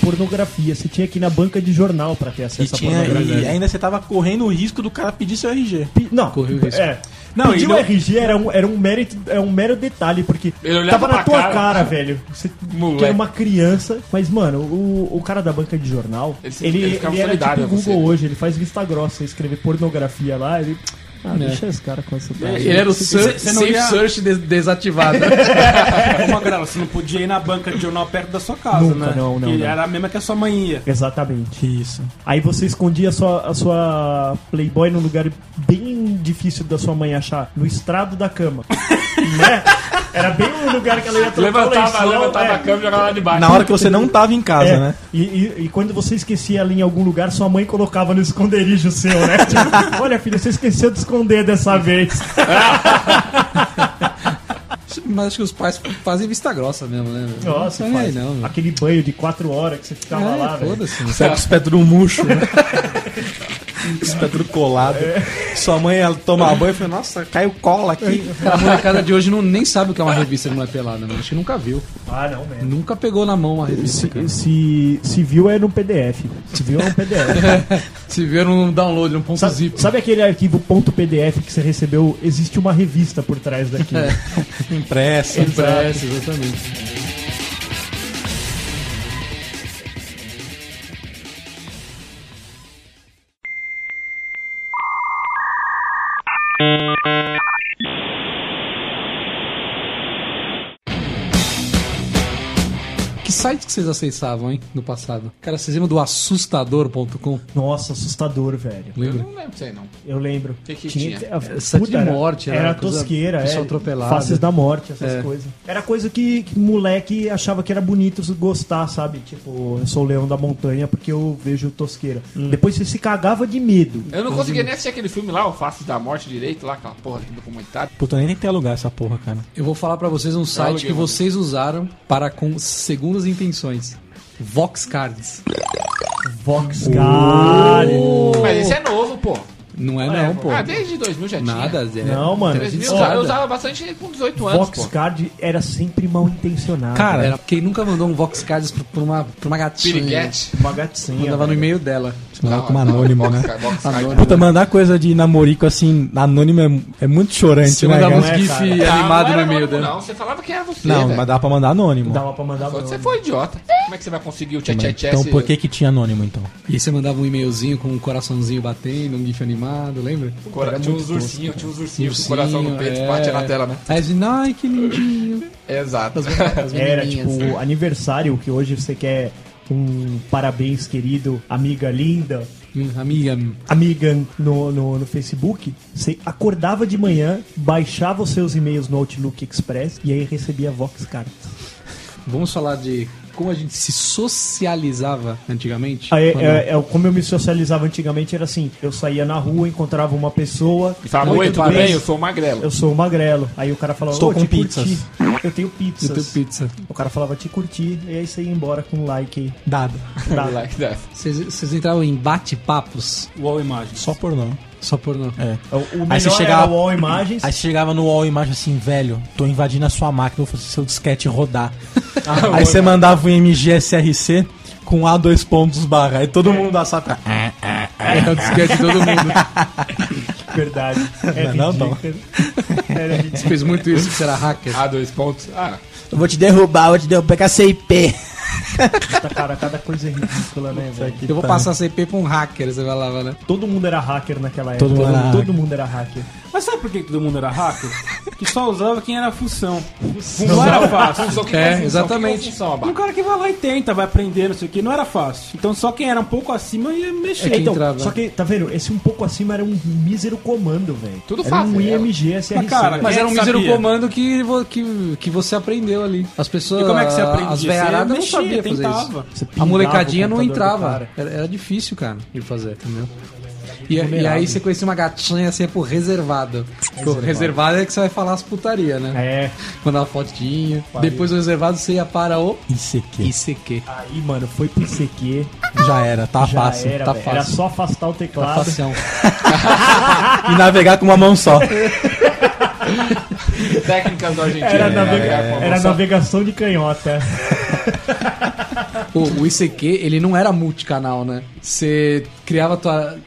S5: Pornografia. Você tinha que ir na banca de jornal pra ter acesso
S2: E,
S5: à
S2: tinha,
S5: pornografia.
S2: e ainda você tava correndo o risco do cara pedir seu RG.
S5: Pe- Não,
S6: Correu o risco.
S5: É.
S2: Não,
S5: Pedir
S2: e
S5: o
S2: não-
S5: RG era um, era um mérito, era um mero detalhe, porque
S3: Ele olhava
S5: tava na
S3: pra
S5: tua cara,
S3: cara.
S5: velho. Você
S3: Moleque.
S5: que era uma criança, mas mano, o, o cara da banca de jornal,
S3: Ele se-
S5: ele,
S3: ele
S5: ele,
S3: ficava
S5: era tipo
S3: solidário
S5: o
S3: a você,
S5: Google
S3: né?
S5: hoje, ele faz vista grossa, escrever pornografia lá, ele ah, deixa os caras com essa tarde.
S6: Ele era o sur-
S4: Você não
S6: Safe
S4: ia-
S6: Search des- [laughs] desativado.
S4: Ô, Magrela, você não podia ir na banca de jornal perto da sua casa,
S5: Nunca,
S4: né?
S5: não, não,
S4: Que
S5: não.
S4: Era a mesma que a sua mãe ia.
S5: Exatamente.
S2: Isso.
S5: Aí você escondia a sua, a sua Playboy num lugar bem difícil da sua mãe achar, no estrado da cama. né? Era bem o lugar que ela ia trocar o
S3: Levantava,
S5: lençol,
S3: levantava
S5: é.
S3: a câmera e jogava lá de baixo.
S2: Na hora que você não tava em casa,
S5: É,
S2: né?
S5: e, e- e quando você esquecia ela em algum lugar, sua mãe colocava no esconderijo seu, né? Tipo, olha, filho, você esqueceu de esconder dessa vez.
S6: Mas acho que os pais fazem vista grossa mesmo, né? velho?
S5: Nossa,
S6: não,
S5: pai.
S6: faz. não. meu.
S5: Aquele banho de quatro horas que você ficava lá,
S6: É,
S5: velho.
S6: foda-se.
S2: Sai com os pés tudo murcho, né? [laughs] os pés tudo colado. Sua mãe ela
S4: É.
S2: toma banho e fala, nossa, caiu cola aqui.
S6: A molecada de hoje não, nem sabe o que é uma revista de mulher pelada, mano. Acho que nunca viu.
S5: Ah, não, velho.
S6: Nunca pegou na mão a revista. cara.
S5: Se, se, se viu é no PDF. Se viu é um PDF.
S6: [laughs] Se viram um download, um ponto
S5: sabe,
S6: zip.
S5: sabe aquele arquivo .pdf que você recebeu? Existe uma revista por trás
S6: [laughs]
S5: daquilo.
S2: Impressa.
S6: Impresso, exatamente. Que site que vocês acessavam, hein, no passado? Cara, vocês lembram do assustador.com?
S5: Nossa, assustador, velho.
S3: Eu
S6: Lembra?
S3: não lembro disso aí, não.
S5: Eu lembro.
S3: Que que tinha?
S6: Site
S5: puta,
S6: de morte,
S5: era,
S6: era
S5: era
S6: coisa-
S5: tosqueira,
S6: pessoa
S5: é,
S6: atropelada.
S5: faces da morte, essas
S6: É.
S5: coisas. Era coisa que, que moleque achava que era bonito gostar, sabe? Tipo, eu sou o leão da montanha porque eu vejo tosqueira.
S6: Hum.
S5: Depois você se cagava de medo.
S3: Eu não conseguia nem assistir aquele filme lá, o Faces da Morte Direito, lá, aquela porra do documentário.
S2: Puta, nem tem lugar essa porra, cara.
S6: Eu vou falar pra vocês um site
S3: aluguei
S6: que
S3: uma vez.
S6: vocês usaram para com segundas intenções. Vox Cards.
S5: Vox Card.
S3: Mas esse é novo, pô.
S6: Não é não, pô.
S3: Ah, desde 2000 já tinha.
S6: Nada, Zé.
S5: Não, mano.
S3: 2000 eu
S5: Ó,
S3: usava- eu usava bastante com 18 anos,
S5: Vox
S3: pô.
S5: Card era sempre mal intencionado.
S6: Cara, era- quem nunca mandou um Vox Cards pra, pra uma, pra uma gatinha?
S3: Piriguete.
S5: uma gatinha.
S6: Mandava no
S5: velho.
S6: e-mail dela.
S2: Mandar
S3: Não,
S2: como
S3: não,
S2: anônimo, né?
S3: Box Card, Box Card.
S6: Anônimo.
S2: Puta, mandar coisa de namorico assim, anônimo é, é muito chorante,
S6: Você
S2: né? cara?
S6: mandava uns
S5: é,
S6: GIF
S5: cara.
S3: Não,
S6: animado
S3: Ah, não
S6: no
S3: era
S6: e-mail
S3: anônimo,
S6: dela.
S3: Não, você falava que era você,
S2: Não,
S3: velho.
S4: é.
S2: mas dá pra mandar anônimo.
S4: um
S5: Dava pra mandar.
S3: Você
S5: não.
S3: foi idiota. Como é que você vai conseguir o
S2: Também.
S3: tchê-tchê-tchê?
S2: Então por que que tinha anônimo, então?
S6: E aí você mandava um e-mailzinho com um coraçãozinho batendo, um GIF animado, lembra?
S3: Cora... Tinha uns ursinhos, tinha uns ursinhos com o coração no peito,
S6: é.
S3: batia na tela, né?
S6: Aí a gente, ai, que lindinho.
S3: Exato. [laughs]
S5: Era
S2: né?
S5: tipo aniversário que hoje você quer um parabéns, querido, amiga linda.
S6: Hum, Amiga,
S5: amiga no, no, no Facebook, você acordava de manhã, baixava os seus e-mails no Outlook Express e aí recebia Vox Cards.
S6: vamos falar de como a gente se socializava antigamente?
S5: Aí,
S6: Quando-
S5: é, é, como eu me socializava antigamente era assim, eu saía na rua, encontrava uma pessoa...
S3: E falava,
S5: "Oi,
S3: oi,
S5: tudo
S3: tudo bem?
S5: bem?
S3: Eu sou o Magrelo.
S5: Eu sou o magrelo. Aí o cara falava,
S2: Estou
S5: "Ô,
S2: com
S5: te curti.
S2: pizzas."
S5: Eu tenho
S6: Eu
S5: pizzas.
S6: tenho pizza.
S5: O cara falava, te curti. E aí você ia embora com um like aí.
S2: Dado.
S5: Tá.
S2: [laughs]
S3: Like that.
S6: Vocês vocês entravam em bate-papos?
S4: Uau, imagem.
S2: Só por não.
S6: Só por não.
S2: É.
S5: O, o melhor
S2: Aí você
S5: era
S2: chegava-
S5: o All Imagens.
S2: Aí você chegava no wall imagem assim, velho, tô invadindo a sua máquina, vou fazer seu disquete
S4: [laughs]
S2: rodar. Ah,
S4: Ah,
S2: aí você mandava um MGSRC com A dois "Ah, pontos barra. Aí todo mundo da sala.
S6: É o disquete de todo mundo.
S5: Verdade. É
S2: Não, não.
S5: ridículo. Era ridículo.
S6: Você fez muito isso que você era hacker.
S3: Ah, dois pontos. Ah,
S9: Eu vou te derrubar, eu vou te derrubar com a CIP.
S5: Cara, cada coisa é ridícula, né, velho?
S6: Eu vou passar CP pra um hacker, você falava, né?
S5: Todo mundo era hacker naquela época.
S2: mundo era
S5: todo
S2: hacker.
S5: mundo era hacker.
S4: Mas sabe por que todo mundo era hacker? Que só usava quem era função.
S3: um
S4: Não era fácil.
S3: função que
S6: É,
S3: é, função,
S6: exatamente.
S3: Que função,
S4: Um
S3: Abaca?
S4: cara que vai lá e tenta, vai aprender, não sei o que, não era fácil. Então só quem era um pouco acima ia mexer.
S6: É quem
S4: então,
S6: entrava.
S5: Só que, tá vendo? Esse um pouco acima era um mísero comando, velho.
S3: Tudo
S5: era
S3: fácil,
S5: um
S3: era.
S5: IMG, SRC.
S4: Mas, cara,
S5: velho.
S6: Mas
S4: Quem
S6: era um
S4: que
S6: mísero
S4: sabia?
S6: comando que, vo- que, que você aprendeu ali. As pessoas.
S4: e como é que você aprendia?
S6: As
S4: Você
S6: veiaradas não
S4: mexia,
S6: sabiam fazer isso.
S4: tentava.
S5: Você
S6: A
S5: pingava
S6: molecadinha
S5: o
S6: não
S5: computador do
S6: entrava.
S5: cara.
S6: Era, era difícil, cara, de fazer, entendeu? E, e aí você conhecia uma gatinha assim por reservado. Reservado. reservado é que você vai falar as putaria, né?
S5: É,
S6: Mandar uma fotinha. Depois do reservado você ia para o
S2: Isso aqui.
S6: ICQ.
S5: aí, mano, foi pro CQ.
S2: Já era, tá
S5: Já
S2: fácil.
S5: era,
S6: tá
S5: velho. Era
S6: fácil.
S5: só afastar o
S6: Tá
S5: teclado.
S6: facião.
S2: E navegar com uma mão só.
S3: Técnicas da Argentina.
S5: Era,
S3: né?
S5: navega-
S2: É,
S3: Navegar com a
S5: era
S3: função.
S5: navegação de canhota.
S6: Pô, o ICQ, ele não era multicanal, né? Você criava tua.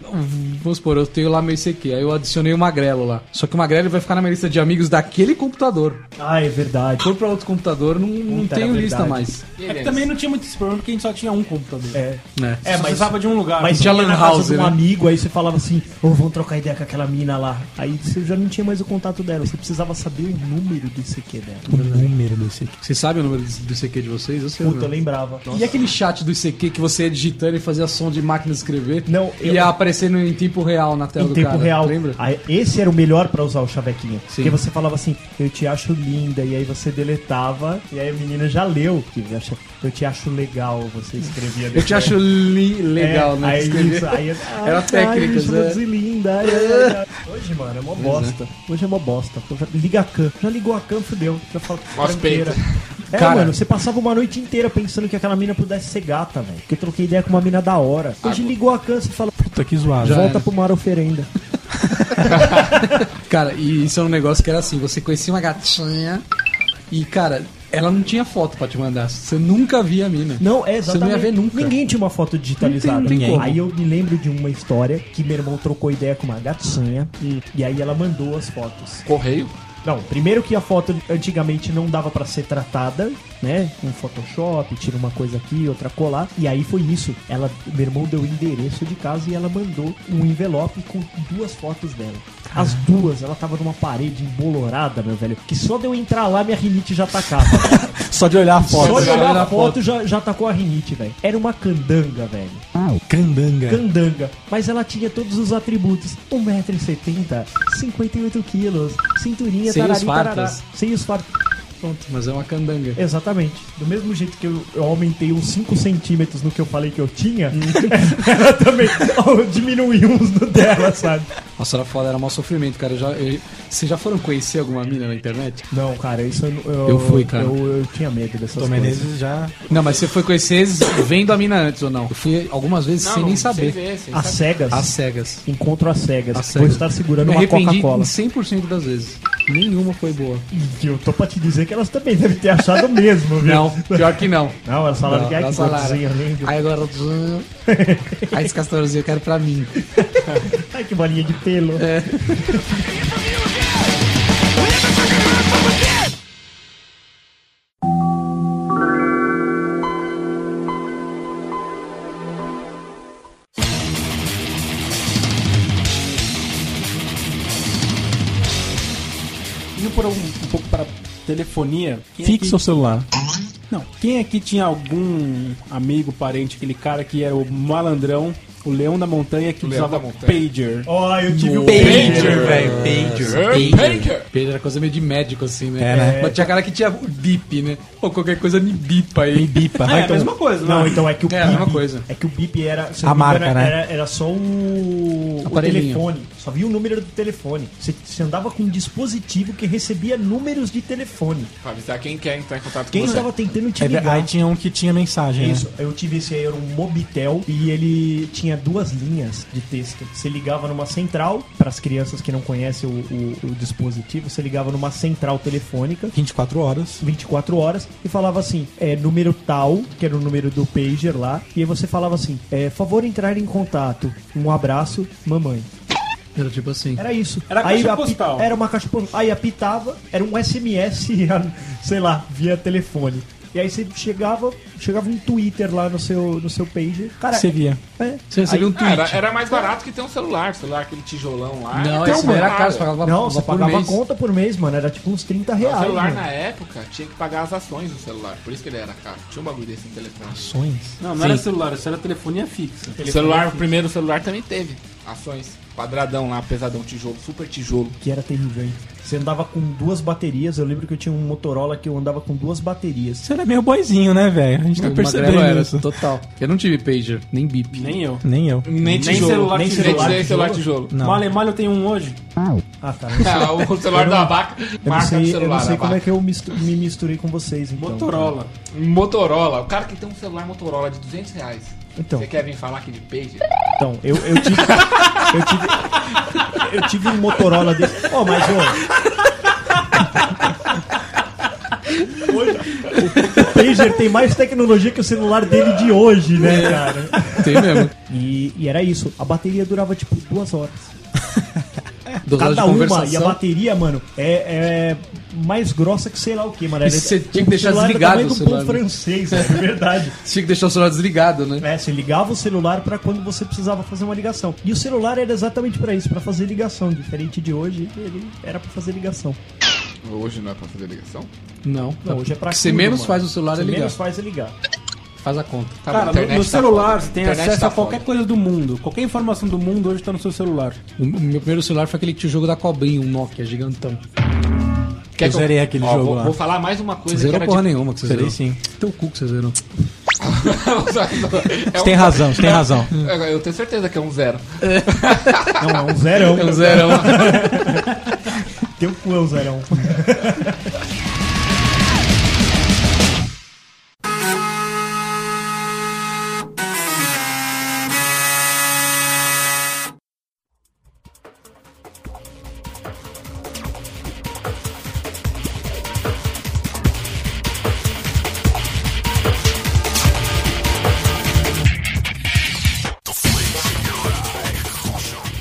S6: Vamos supor, eu tenho lá meu ICQ, aí eu adicionei o Magrelo lá. Só que o Magrelo vai ficar na minha lista de amigos daquele computador.
S5: Ah, é verdade.
S6: For pra outro computador, não, não
S5: Puta, era
S6: tenho lista
S5: verdade.
S6: mais.
S4: [laughs] É que também não tinha muito esse problema porque a gente só tinha um computador.
S5: É.
S6: Né?
S5: É,
S4: Só
S5: mas-
S4: precisava de um lugar.
S5: Mas
S6: de
S5: tinha
S6: Lan
S5: na casa
S6: House,
S5: de um
S6: né?
S5: amigo, aí você falava assim, ô, vamos trocar ideia com aquela mina lá. Aí você já não tinha mais o contato dela, você precisava saber o número do ICQ dela.
S2: um Número desse aqui.
S6: Você sabe o número do do ICQ de vocês? Eu sei.
S5: Puta, eu
S6: Puta,
S5: lembrava. é
S6: e aquele chat do ICQ que você ia digitando e fazia som de máquina de escrever?
S5: Não, eu-
S6: Ia aparecendo em tempo real na
S5: em
S6: tela é do
S5: tempo
S6: cara,
S5: real.
S6: Lembra?
S5: Aí, esse era o melhor pra usar o chavequinho.
S6: Sim.
S5: Porque você falava assim, eu te acho linda, e aí você deletava, e aí a menina já leu. Que eu acho- eu te acho legal, você escrevia
S6: Eu te acho li- legal,
S5: é,
S6: né?
S5: Aí,
S6: Escrever.
S5: isso, aí,
S6: Era técnicas, né?
S5: né? linda. ai, ai, ai. Hoje, mano, é mó bosta. Hoje é mó bosta. Então, já- Liga a CAM. Já ligou a CAM, fudeu. Já fala
S3: Mostra o peito.
S5: tranqueira. É,
S6: Cara.
S5: mano, você passava uma noite inteira pensando que aquela mina pudesse ser gata, velho. Porque eu troquei ideia com uma mina da hora. Hoje ligou a CAM, você fala,
S2: Puta que zoado.
S6: Já
S5: volta
S6: era.
S5: pro Mar Oferenda.
S6: Cara, e isso é um negócio que era assim, você conhecia uma gatinha e, cara, ela não tinha foto pra te mandar. Você nunca via a mina.
S5: Não, é
S6: Você
S5: exatamente.
S6: não ia ver nunca.
S5: Ninguém tinha uma foto digitalizada.
S6: Não tem- não tem como.
S5: Aí eu me lembro de uma história que meu irmão trocou ideia com uma gatinha e aí ela mandou as fotos.
S3: Correio?
S5: Não, primeiro que a foto antigamente não dava pra ser tratada, né? Um Photoshop, tira uma coisa aqui, outra colar. E aí foi isso. Ela, meu irmão deu o endereço de casa e ela mandou um envelope com duas fotos dela.
S6: Ah.
S5: As duas, ela tava numa parede embolorada, meu velho. Que só de eu entrar lá, minha rinite já tacava.
S6: [laughs]
S2: Só de olhar a foto.
S5: Só de
S6: já
S5: olhar
S6: era
S5: a
S6: a
S5: foto já, já tacou a rinite, velho. Era uma candanga, velho.
S2: Ah, o
S5: É.
S2: Candanga.
S5: Candanga. Mas ela tinha todos os atributos. 1,70m, 58kg, cinturinha,
S6: Seios
S5: tarari, tarará.
S6: fartos.
S5: Seios fartos. Pronto.
S6: Mas é uma candanga.
S5: Exatamente. Do mesmo jeito que eu, eu aumentei uns 5 centímetros no que eu falei que eu tinha, [laughs] ela também diminuiu uns no dela, sabe?
S6: Nossa, era foda, era mau sofrimento, cara. Eu Já, eu- vocês já foram conhecer alguma mina na internet?
S5: Não, cara, isso eu... Eu,
S6: Eu fui, cara.
S5: Eu, eu tinha medo dessas
S2: Tom
S5: coisas.
S2: Menezes já.
S4: é
S6: Não, mas você foi conhecer vendo a mina antes ou não? Eu fui algumas vezes sem nem saber.
S3: Sem ver, sem
S5: As
S3: saber.
S5: cegas.
S6: Às cegas.
S5: Encontro às cegas.
S6: Às
S5: Vou
S6: cegas.
S5: estar segurando
S6: Me
S5: uma
S6: arrependi em
S5: Coca-Cola.
S6: 100% das vezes. Nenhuma foi boa.
S5: E eu tô pra te dizer que elas também devem ter achado o mesmo, viu?
S6: Não, pior que
S5: [laughs]
S6: não.
S5: Não, elas falaram
S6: Não,
S5: que ai, que
S6: elas falaram.
S5: gordozinho lindo.
S6: Aí agora. [laughs] Aí esse castorzinho eu quero pra mim.
S5: Ai, que bolinha de pelo.
S4: Indo por um, um pouco para telefonia. Quem aqui-
S2: Fixa o celular.
S4: Não. Quem aqui tinha algum amigo, parente, aquele cara que era o malandrão, o leão da montanha que
S3: Leão
S4: usava
S3: da Montanha.
S4: pager?
S5: Ó, eu tive o
S2: Pager, velho. Pager.
S3: Pager.
S6: Pedro era coisa meio de médico, assim, né?
S2: É, né?
S6: Mas tinha cara que tinha o bip, né? Ou qualquer coisa me bipa aí.
S2: E bipa.
S4: Ah, é
S2: Vai
S4: a
S2: tomar-
S4: mesma coisa,
S5: Não,
S4: né?
S5: então é que o
S6: É, a mesma coisa.
S5: É que o bip era. se eu
S2: A
S5: não me engano,
S2: marca, né?
S5: Era, era só o, o
S6: Aparelhinho.
S5: telefone. Só via o número do telefone. Você, você andava com um dispositivo que recebia números de telefone.
S3: Pra avisar quem quer entrar em contato
S5: Quem
S3: com você.
S5: estava tentando te
S2: É, ve-
S5: ligar.
S2: aí tinha um que tinha mensagem. né?
S5: Isso, eu tive esse aí, era um Mobitel e ele tinha duas linhas de texto. Você ligava numa central, para as crianças que não conhecem o, o- o dispositivo, você ligava numa central telefônica.
S2: 24 horas.
S5: 24 horas e falava assim, é número tal, que era o número do pager lá, e aí você falava assim, é favor entrar em contato, um abraço, mamãe.
S10: Era tipo assim.
S5: Era isso.
S4: Era caixa
S5: a pi-
S4: postal.
S5: Era uma caixa postal. Aí apitava, era um SMS, [laughs] sei lá, via telefone. E aí você chegava, chegava um Twitter lá no seu, no seu pager. Cara,
S2: Você via.
S5: é.
S10: Você recebeu um
S3: Ah,
S10: tweet.
S3: era, era mais barato que ter um celular, celular, aquele tijolão lá.
S10: Não,
S3: Então,
S10: esse não era
S3: cara,
S10: caro, você pagava,
S5: Não, você
S10: por
S5: pagava a
S10: mês.
S5: conta por mês, mano. Era tipo uns 30
S3: O
S5: reais.
S3: celular né?
S5: mano.
S3: na época tinha que pagar as ações do celular, por isso que ele era caro. Tinha um bagulho desse no telefone.
S2: Sonhos.
S4: Não, não era celular, isso era telefonia fixa.
S3: O
S10: é
S3: celular, o primeiro celular também teve ações. Quadradão lá, pesadão, tijolo, super tijolo.
S5: Que era terrível, hein? Você andava com duas baterias. Eu lembro que eu tinha um Motorola que eu andava com duas baterias.
S2: Você era meio boizinho, né, velho? A gente tá
S10: O
S2: percebendo
S10: Magrelo era,
S2: isso.
S10: total. Eu não tive pager, nem bip.
S4: Nem eu.
S2: Nem eu.
S3: Nem
S4: celular
S3: nem
S4: tijolo.
S3: celular, nem celular tijolo.
S2: Não.
S4: Mole, mole, eu tenho um hoje.
S5: Ah, cara.
S3: Ah, o celular da vaca,
S5: Eu não
S3: marca do
S5: sei, eu
S3: celular.
S5: não sei
S3: da
S5: como é
S3: vaca.
S5: que eu mistu- me misturei com vocês, então.
S4: Motorola.
S3: Motorola, o cara que tem um celular Motorola de 200 reais.
S5: Então.
S3: Você quer vir falar aqui de pager?
S5: Então, eu, eu tive. eu tive. Eu tive um Motorola desse. Ó, mas ó. Hoje, o Pager tem mais tecnologia que o celular dele de hoje, né, cara?
S10: Tem mesmo.
S5: E, e era isso. A bateria durava tipo duas horas.
S10: Duas horas de
S5: Cada uma. E a
S10: conversação.
S5: bateria, mano, é, é mais grossa que sei lá o que, mano. Era-
S10: E você tinha que
S5: o
S10: deixar
S5: celular era do
S10: desligado
S5: tamanho
S10: o
S5: do pão
S10: celular, né?
S5: francês, é verdade.
S10: Tinha que deixar o celular desligado, né?
S5: É, você ligava o celular pra quando você precisava fazer uma ligação. E o celular era exatamente pra isso, pra fazer ligação. Diferente de hoje, ele era pra fazer ligação.
S3: Hoje não é pra fazer ligação?
S10: Não.
S5: Não, hoje é pra
S10: O que você
S5: tudo,
S10: menos
S5: mano.
S10: faz no celular é
S5: Você
S10: ligar.
S5: menos faz é ligar.
S10: Faz a conta.
S3: Tá bom,
S4: Cara, no,
S3: internet
S4: no
S3: tá
S4: celular
S3: foda.
S4: você tem
S3: Internet
S4: acesso
S3: tá
S4: a qualquer
S3: foda.
S4: coisa do mundo. Qualquer informação do mundo hoje tá no seu celular.
S10: O o meu primeiro celular foi aquele jogo da cobrinha, um Nokia gigantão.
S3: Quer
S2: Eu
S3: que
S2: zerei aquele jogo
S3: vou,
S2: lá.
S3: Vou falar mais uma coisa
S10: Zerou
S3: que era
S10: porra
S3: [laughs]
S10: nenhuma que você
S2: Zerei
S10: zerou.
S2: sim.
S10: Teu cu que você zerou.
S3: de...
S2: Você tem razão, você
S3: [laughs]
S2: tem razão.
S3: É Eu tenho certeza que é um zero.
S5: Não, é um zerão.
S10: É um zerão.
S5: Teu cu é um zerão.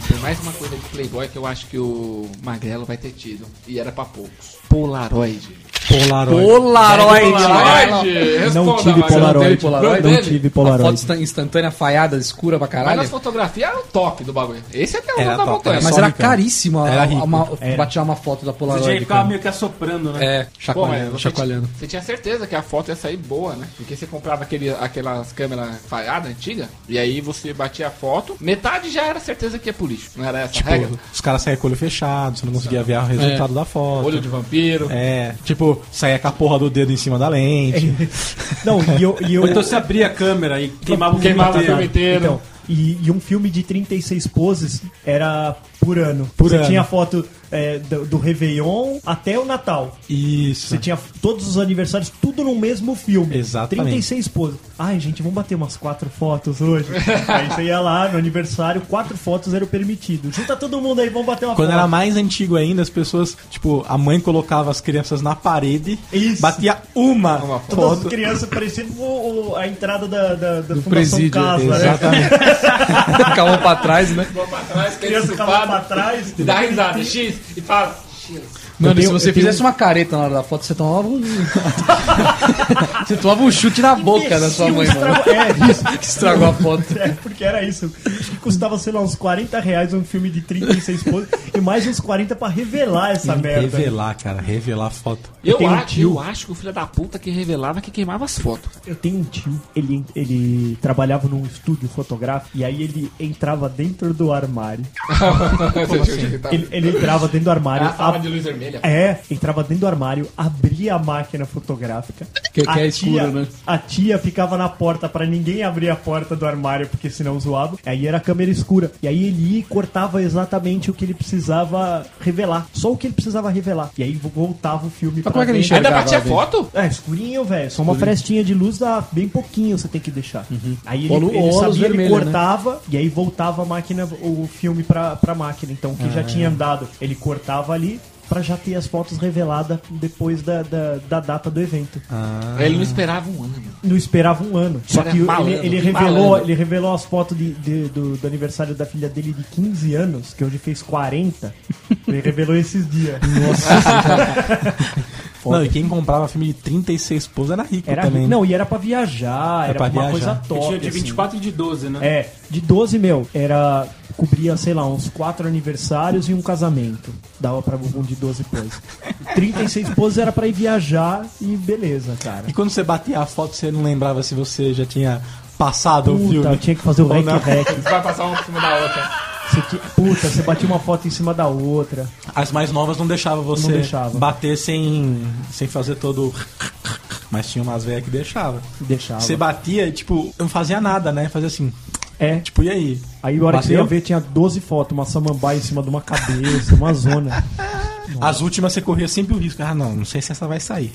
S3: Tem mais uma coisa de Playboy que eu acho que o Magrelo vai ter tido. E era pra poucos. Polaroid.
S2: Polaroid.
S10: Polaroid! Não
S3: Magrelo.
S5: Não tive
S10: teve
S5: Polaroid.
S10: Polaroid?
S5: Não
S3: Dele?
S5: tive
S10: A foto
S5: Polaroid.
S10: instan- instantânea falhada, escura pra
S3: Mas
S10: caralho.
S3: as fotografias eram o top do bagulho. Esse é que é o
S2: Era
S3: da
S2: top,
S3: montanha.
S2: era
S10: Mas
S2: só
S10: era
S2: rico.
S10: caríssimo
S2: Era
S10: a,
S2: rico.
S10: uma, batear uma foto da
S4: Você tinha que
S10: Polaroid.
S4: ficava
S10: cara.
S4: meio que assoprando, né?
S10: É,
S6: Tá
S3: Pô, mas
S10: chacoalhando,
S3: você [laughs]
S10: chacoalhando.
S3: tinha- Você tinha certeza que a foto ia sair boa, né? Porque você comprava aquele, aquelas câmeras falhadas antigas, e aí você batia a foto, metade já era certeza que ia pro lixo. Não era essa a regra?
S2: Os caras saíam com o olho fechado, você não conseguia ver o resultado da foto.
S3: É. Olho de vampiro.
S2: É, tipo, saía com a porra do dedo em cima da lente.
S3: É.
S5: Não, e eu. E eu
S4: Ou então você abria a câmera e queimava o
S3: Queimava o
S4: filme
S3: filme
S4: inteiro.
S3: inteiro.
S5: Então, e, e um filme de 36 poses era por ano.
S2: Por
S5: Você
S2: ano.
S5: tinha foto é, do, do Réveillon até o Natal.
S2: Isso.
S5: Você tinha todos os aniversários, tudo no mesmo filme.
S2: Exatamente.
S5: 36 poses. Ai, gente, vamos bater umas quatro
S10: [laughs]
S5: fotos hoje. aí você ia lá no aniversário, quatro fotos eram permitido. Junta todo mundo aí, vamos bater uma
S2: Quando
S5: foto.
S2: era mais antigo ainda, as pessoas, tipo, a mãe colocava as crianças na parede,
S5: Isso.
S2: batia uma,
S3: Uma
S5: Todas
S2: foto.
S5: as crianças parecendo o- o- a entrada da, da, da Fundação
S10: presídio,
S5: Casa, né?
S2: Exatamente.
S10: Calma pra trás, né?
S3: Vou pra trás, que
S5: Criança ficava pra trás.
S3: Dá risada, X, e fala. X.
S10: Mano,
S5: tenho-
S10: se você
S5: eu tenho-
S10: fizesse uma careta na hora da foto, você tomava um. [laughs] você tomava um chute na boca da sua mãe, mano.
S5: É, isso.
S10: Que estragou a
S5: [laughs]
S10: foto.
S5: É, porque era isso. Acho que custava, sei lá, uns 40 reais um filme de 36 poses e mais uns 40 pra revelar essa merda. né?
S2: Revelar, cara, revelar a foto.
S3: Eu,
S5: tenho um
S3: acho,
S5: tio-
S3: eu acho que o filho da puta que revelava que queimava as fotos.
S5: Eu tenho um tio, ele, ele trabalhava num estúdio fotográfico e aí ele entrava dentro do armário.
S3: tá-
S5: Ele, ele entrava dentro do armário.
S3: a sala
S5: ab-
S3: Ah, de luz vermelha.
S5: É, entrava dentro do armário, abria a máquina fotográfica.
S10: Que- que
S5: A
S10: é escuro,
S5: tia-
S10: né?
S5: A tia ficava na porta pra ninguém abrir a porta do armário, porque senão zoava. Aí era a câmera escura. E aí ele ia e cortava exatamente o que ele precisava revelar. Só o que ele precisava revelar. E aí vo- voltava o filme pra
S10: como é que ele
S5: dentro.
S10: enxerga?
S3: Ainda
S10: Enxergava,
S3: batia
S10: velho.
S3: foto?
S5: É, escurinho, Uhum. velho. Só uma frestinha de luz dá bem pouquinho você tem que deixar. Aí ele,
S10: Ou lu-
S5: ele
S10: ou luz
S5: sabia, ele
S10: vermelha,
S5: cortava e aí Ah, é. voltava a máquina, o filme pra, pra máquina. Então, o que já tinha andado, ele cortava ali, pra já ter as fotos reveladas depois da, da, da data do evento.
S3: Ele não esperava um ano.
S5: Não esperava um ano. Só
S3: Cara,
S5: que ele,
S3: malandro,
S5: ele revelou,
S3: malandro.
S5: ele revelou as fotos de- de- do, do aniversário da filha dele de 15 anos, que hoje fez 40. Ele revelou esses dias.
S2: Não, e quem comprava filme de 36 poses era rico
S5: Era,
S2: também.
S5: não, e era pra viajar, era
S2: pra
S5: uma
S2: viajar.
S5: coisa
S4: Que
S5: top.
S4: tinha de
S5: assim.
S4: 24 e de 12, né?
S5: É, de 12, meu, era. Cobria, sei lá, uns 4 aniversários e um casamento. Dava pra um de 12 poses. 36 poses era pra ir viajar e beleza, cara.
S2: E quando você batia a foto, você não lembrava se você já tinha passado o
S5: Puta,
S2: filme.
S5: eu tinha que fazer o
S2: Ou né? não.
S5: rec-rec.
S3: Vai passar um por cima da outra.
S5: Você tinha- Puta, você batia uma foto em cima da outra.
S2: As mais novas não deixavam você
S5: Não deixava.
S2: bater sem, sem fazer todo. o [laughs] Mas tinha umas velhas que deixava.
S5: e Deixava.
S2: Você batia e, tipo, não fazia nada, né? Fazia assim,
S5: É,
S2: tipo, e aí?
S5: aí a hora que você ia
S2: Bateu?
S5: ver tinha 12 fotos, uma samambaia em cima de uma cabeça, uma zona.
S2: As últimas você corria sempre o risco. Ah, não, não sei se essa vai sair.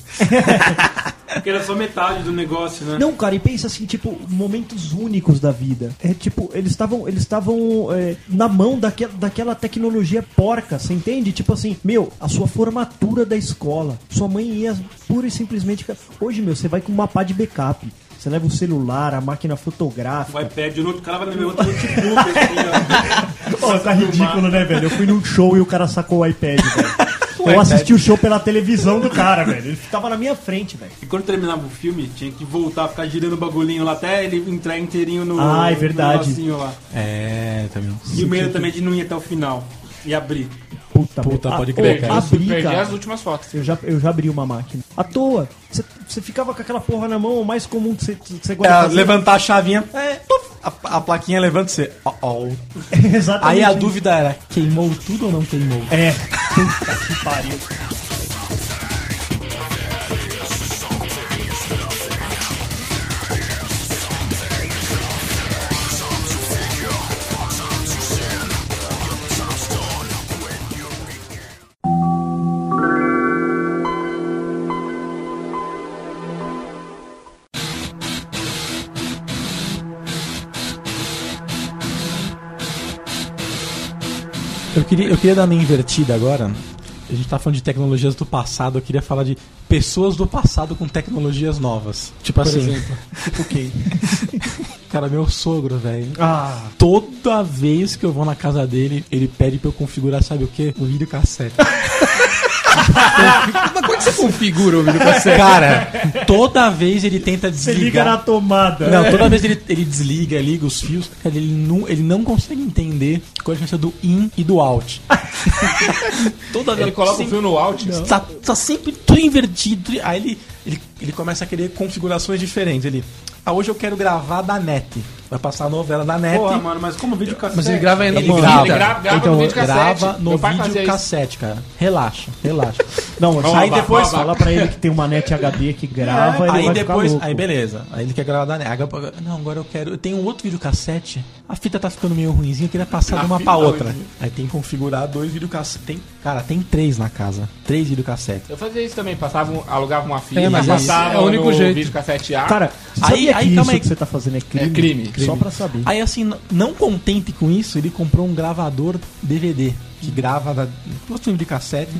S4: Porque era só metade do negócio, né?
S5: Não, cara, e pensa assim, tipo, momentos únicos da vida. É tipo, eles estavam eles estavam é, na mão daquela, daquela tecnologia porca, você entende? Tipo assim, meu, a sua formatura da escola. Sua mãe ia pura e simplesmente. ficar- Hoje, meu, você vai com uma pá de backup. Você leva o celular, a máquina fotográfica.
S4: O um iPad no outro cara vai no outro notebook, assim,
S5: Pô, tá ridículo, né, velho? Eu fui num show e o cara sacou o iPad, [laughs] velho. Eu assisti o show pela televisão do cara, velho. Ele tava na minha frente, velho.
S4: ó. E quando terminava o filme, tinha que voltar, ficar girando o bagulhinho lá até ele entrar inteirinho no.
S5: Ah, é
S4: no
S5: verdade.
S4: negocinho lá.
S2: É, também.
S4: E o medo também de não ir até o final e abrir.
S5: Puta,
S2: Puta,
S5: merda.
S2: pode
S5: Ah,
S2: crer,
S5: ô,
S2: cara.
S5: abri,
S3: Perdi
S5: cara.
S3: as últimas fotos.
S5: Eu já, eu já abri uma máquina. À toa. Você- Você ficava com aquela porra na mão, o mais comum que você- que você
S2: É,
S5: gosta de fazer.
S2: levantar a chavinha, é, tuf, a, a plaquinha levanta você. ó, ó.
S5: [laughs] Exatamente.
S2: Aí a dúvida era, queimou tudo ou não queimou?
S5: É. Puta que pariu.
S2: Eu queria, eu queria dar minha invertida agora. A gente tá falando de tecnologias do passado, eu queria falar de pessoas do passado com tecnologias novas. Tipo assim. [laughs] ok. Cara, meu sogro, velho.
S5: Ah,
S2: Toda vez que eu vou na casa dele, ele pede pra eu configurar, sabe o quê? O videocassete.
S10: Mas como é que você configura o videocassete?
S2: Cara, toda vez ele tenta
S5: você liga na
S2: desligar.
S5: tomada. É.
S2: Não, toda vez ele, ele desliga, liga os fios, cara, ele não, ele não consegue entender qual a diferença do in e do
S3: [laughs]
S2: out. toda
S3: Ele coloca o fio no out.
S2: Tá, tá sempre tudo invertido. tudo- Aí ele, ele, ele começa a querer configurações diferentes. Ele, ah, hoje eu quero gravar da net. Vai passar a novela da net.
S4: [laughs] Porra, mano, mas como vídeo cassete?
S10: Mas ele grava ainda
S2: Ele
S10: com
S2: grava.
S10: fita?
S3: grava, grava
S2: então,
S3: no vídeo cassete.
S2: grava no
S3: Meu pai fazia
S2: vídeo
S3: isso.
S2: cassete, cara. Relaxa, [laughs] relaxa.
S5: Não,
S2: Vamos
S5: aí
S2: lá,
S5: depois
S2: vamos lá. É.
S5: fala pra ele que tem uma net HD que grava ele
S2: aí
S5: vai
S2: depois,
S5: ficar louco.
S2: aí beleza. Aí ele quer gravar da net. Agora- Não, agora eu quero. Eu tenho um outro videocassete. A fita tá ficando meio ruimzinha, eu queria passar de uma pra outra. é Aí tem que configurar dois videocassetes. Tem, cara, tem três na casa. Três videocassetes.
S3: Eu fazia isso também, passava, um- alugava uma fita,
S10: É, mas
S3: passava
S10: é o único
S3: no
S10: jeito.
S3: vídeo cassete A.
S5: Cara,
S2: Aí-
S5: sabia
S2: aí,
S5: que
S2: calma
S5: isso
S2: aí.
S5: que você tá fazendo é crime?
S3: É crime,
S5: Só
S3: crime.
S5: pra saber.
S2: Aí assim, n- não contente com isso, ele comprou um gravador DVD que grava da posto de cassete.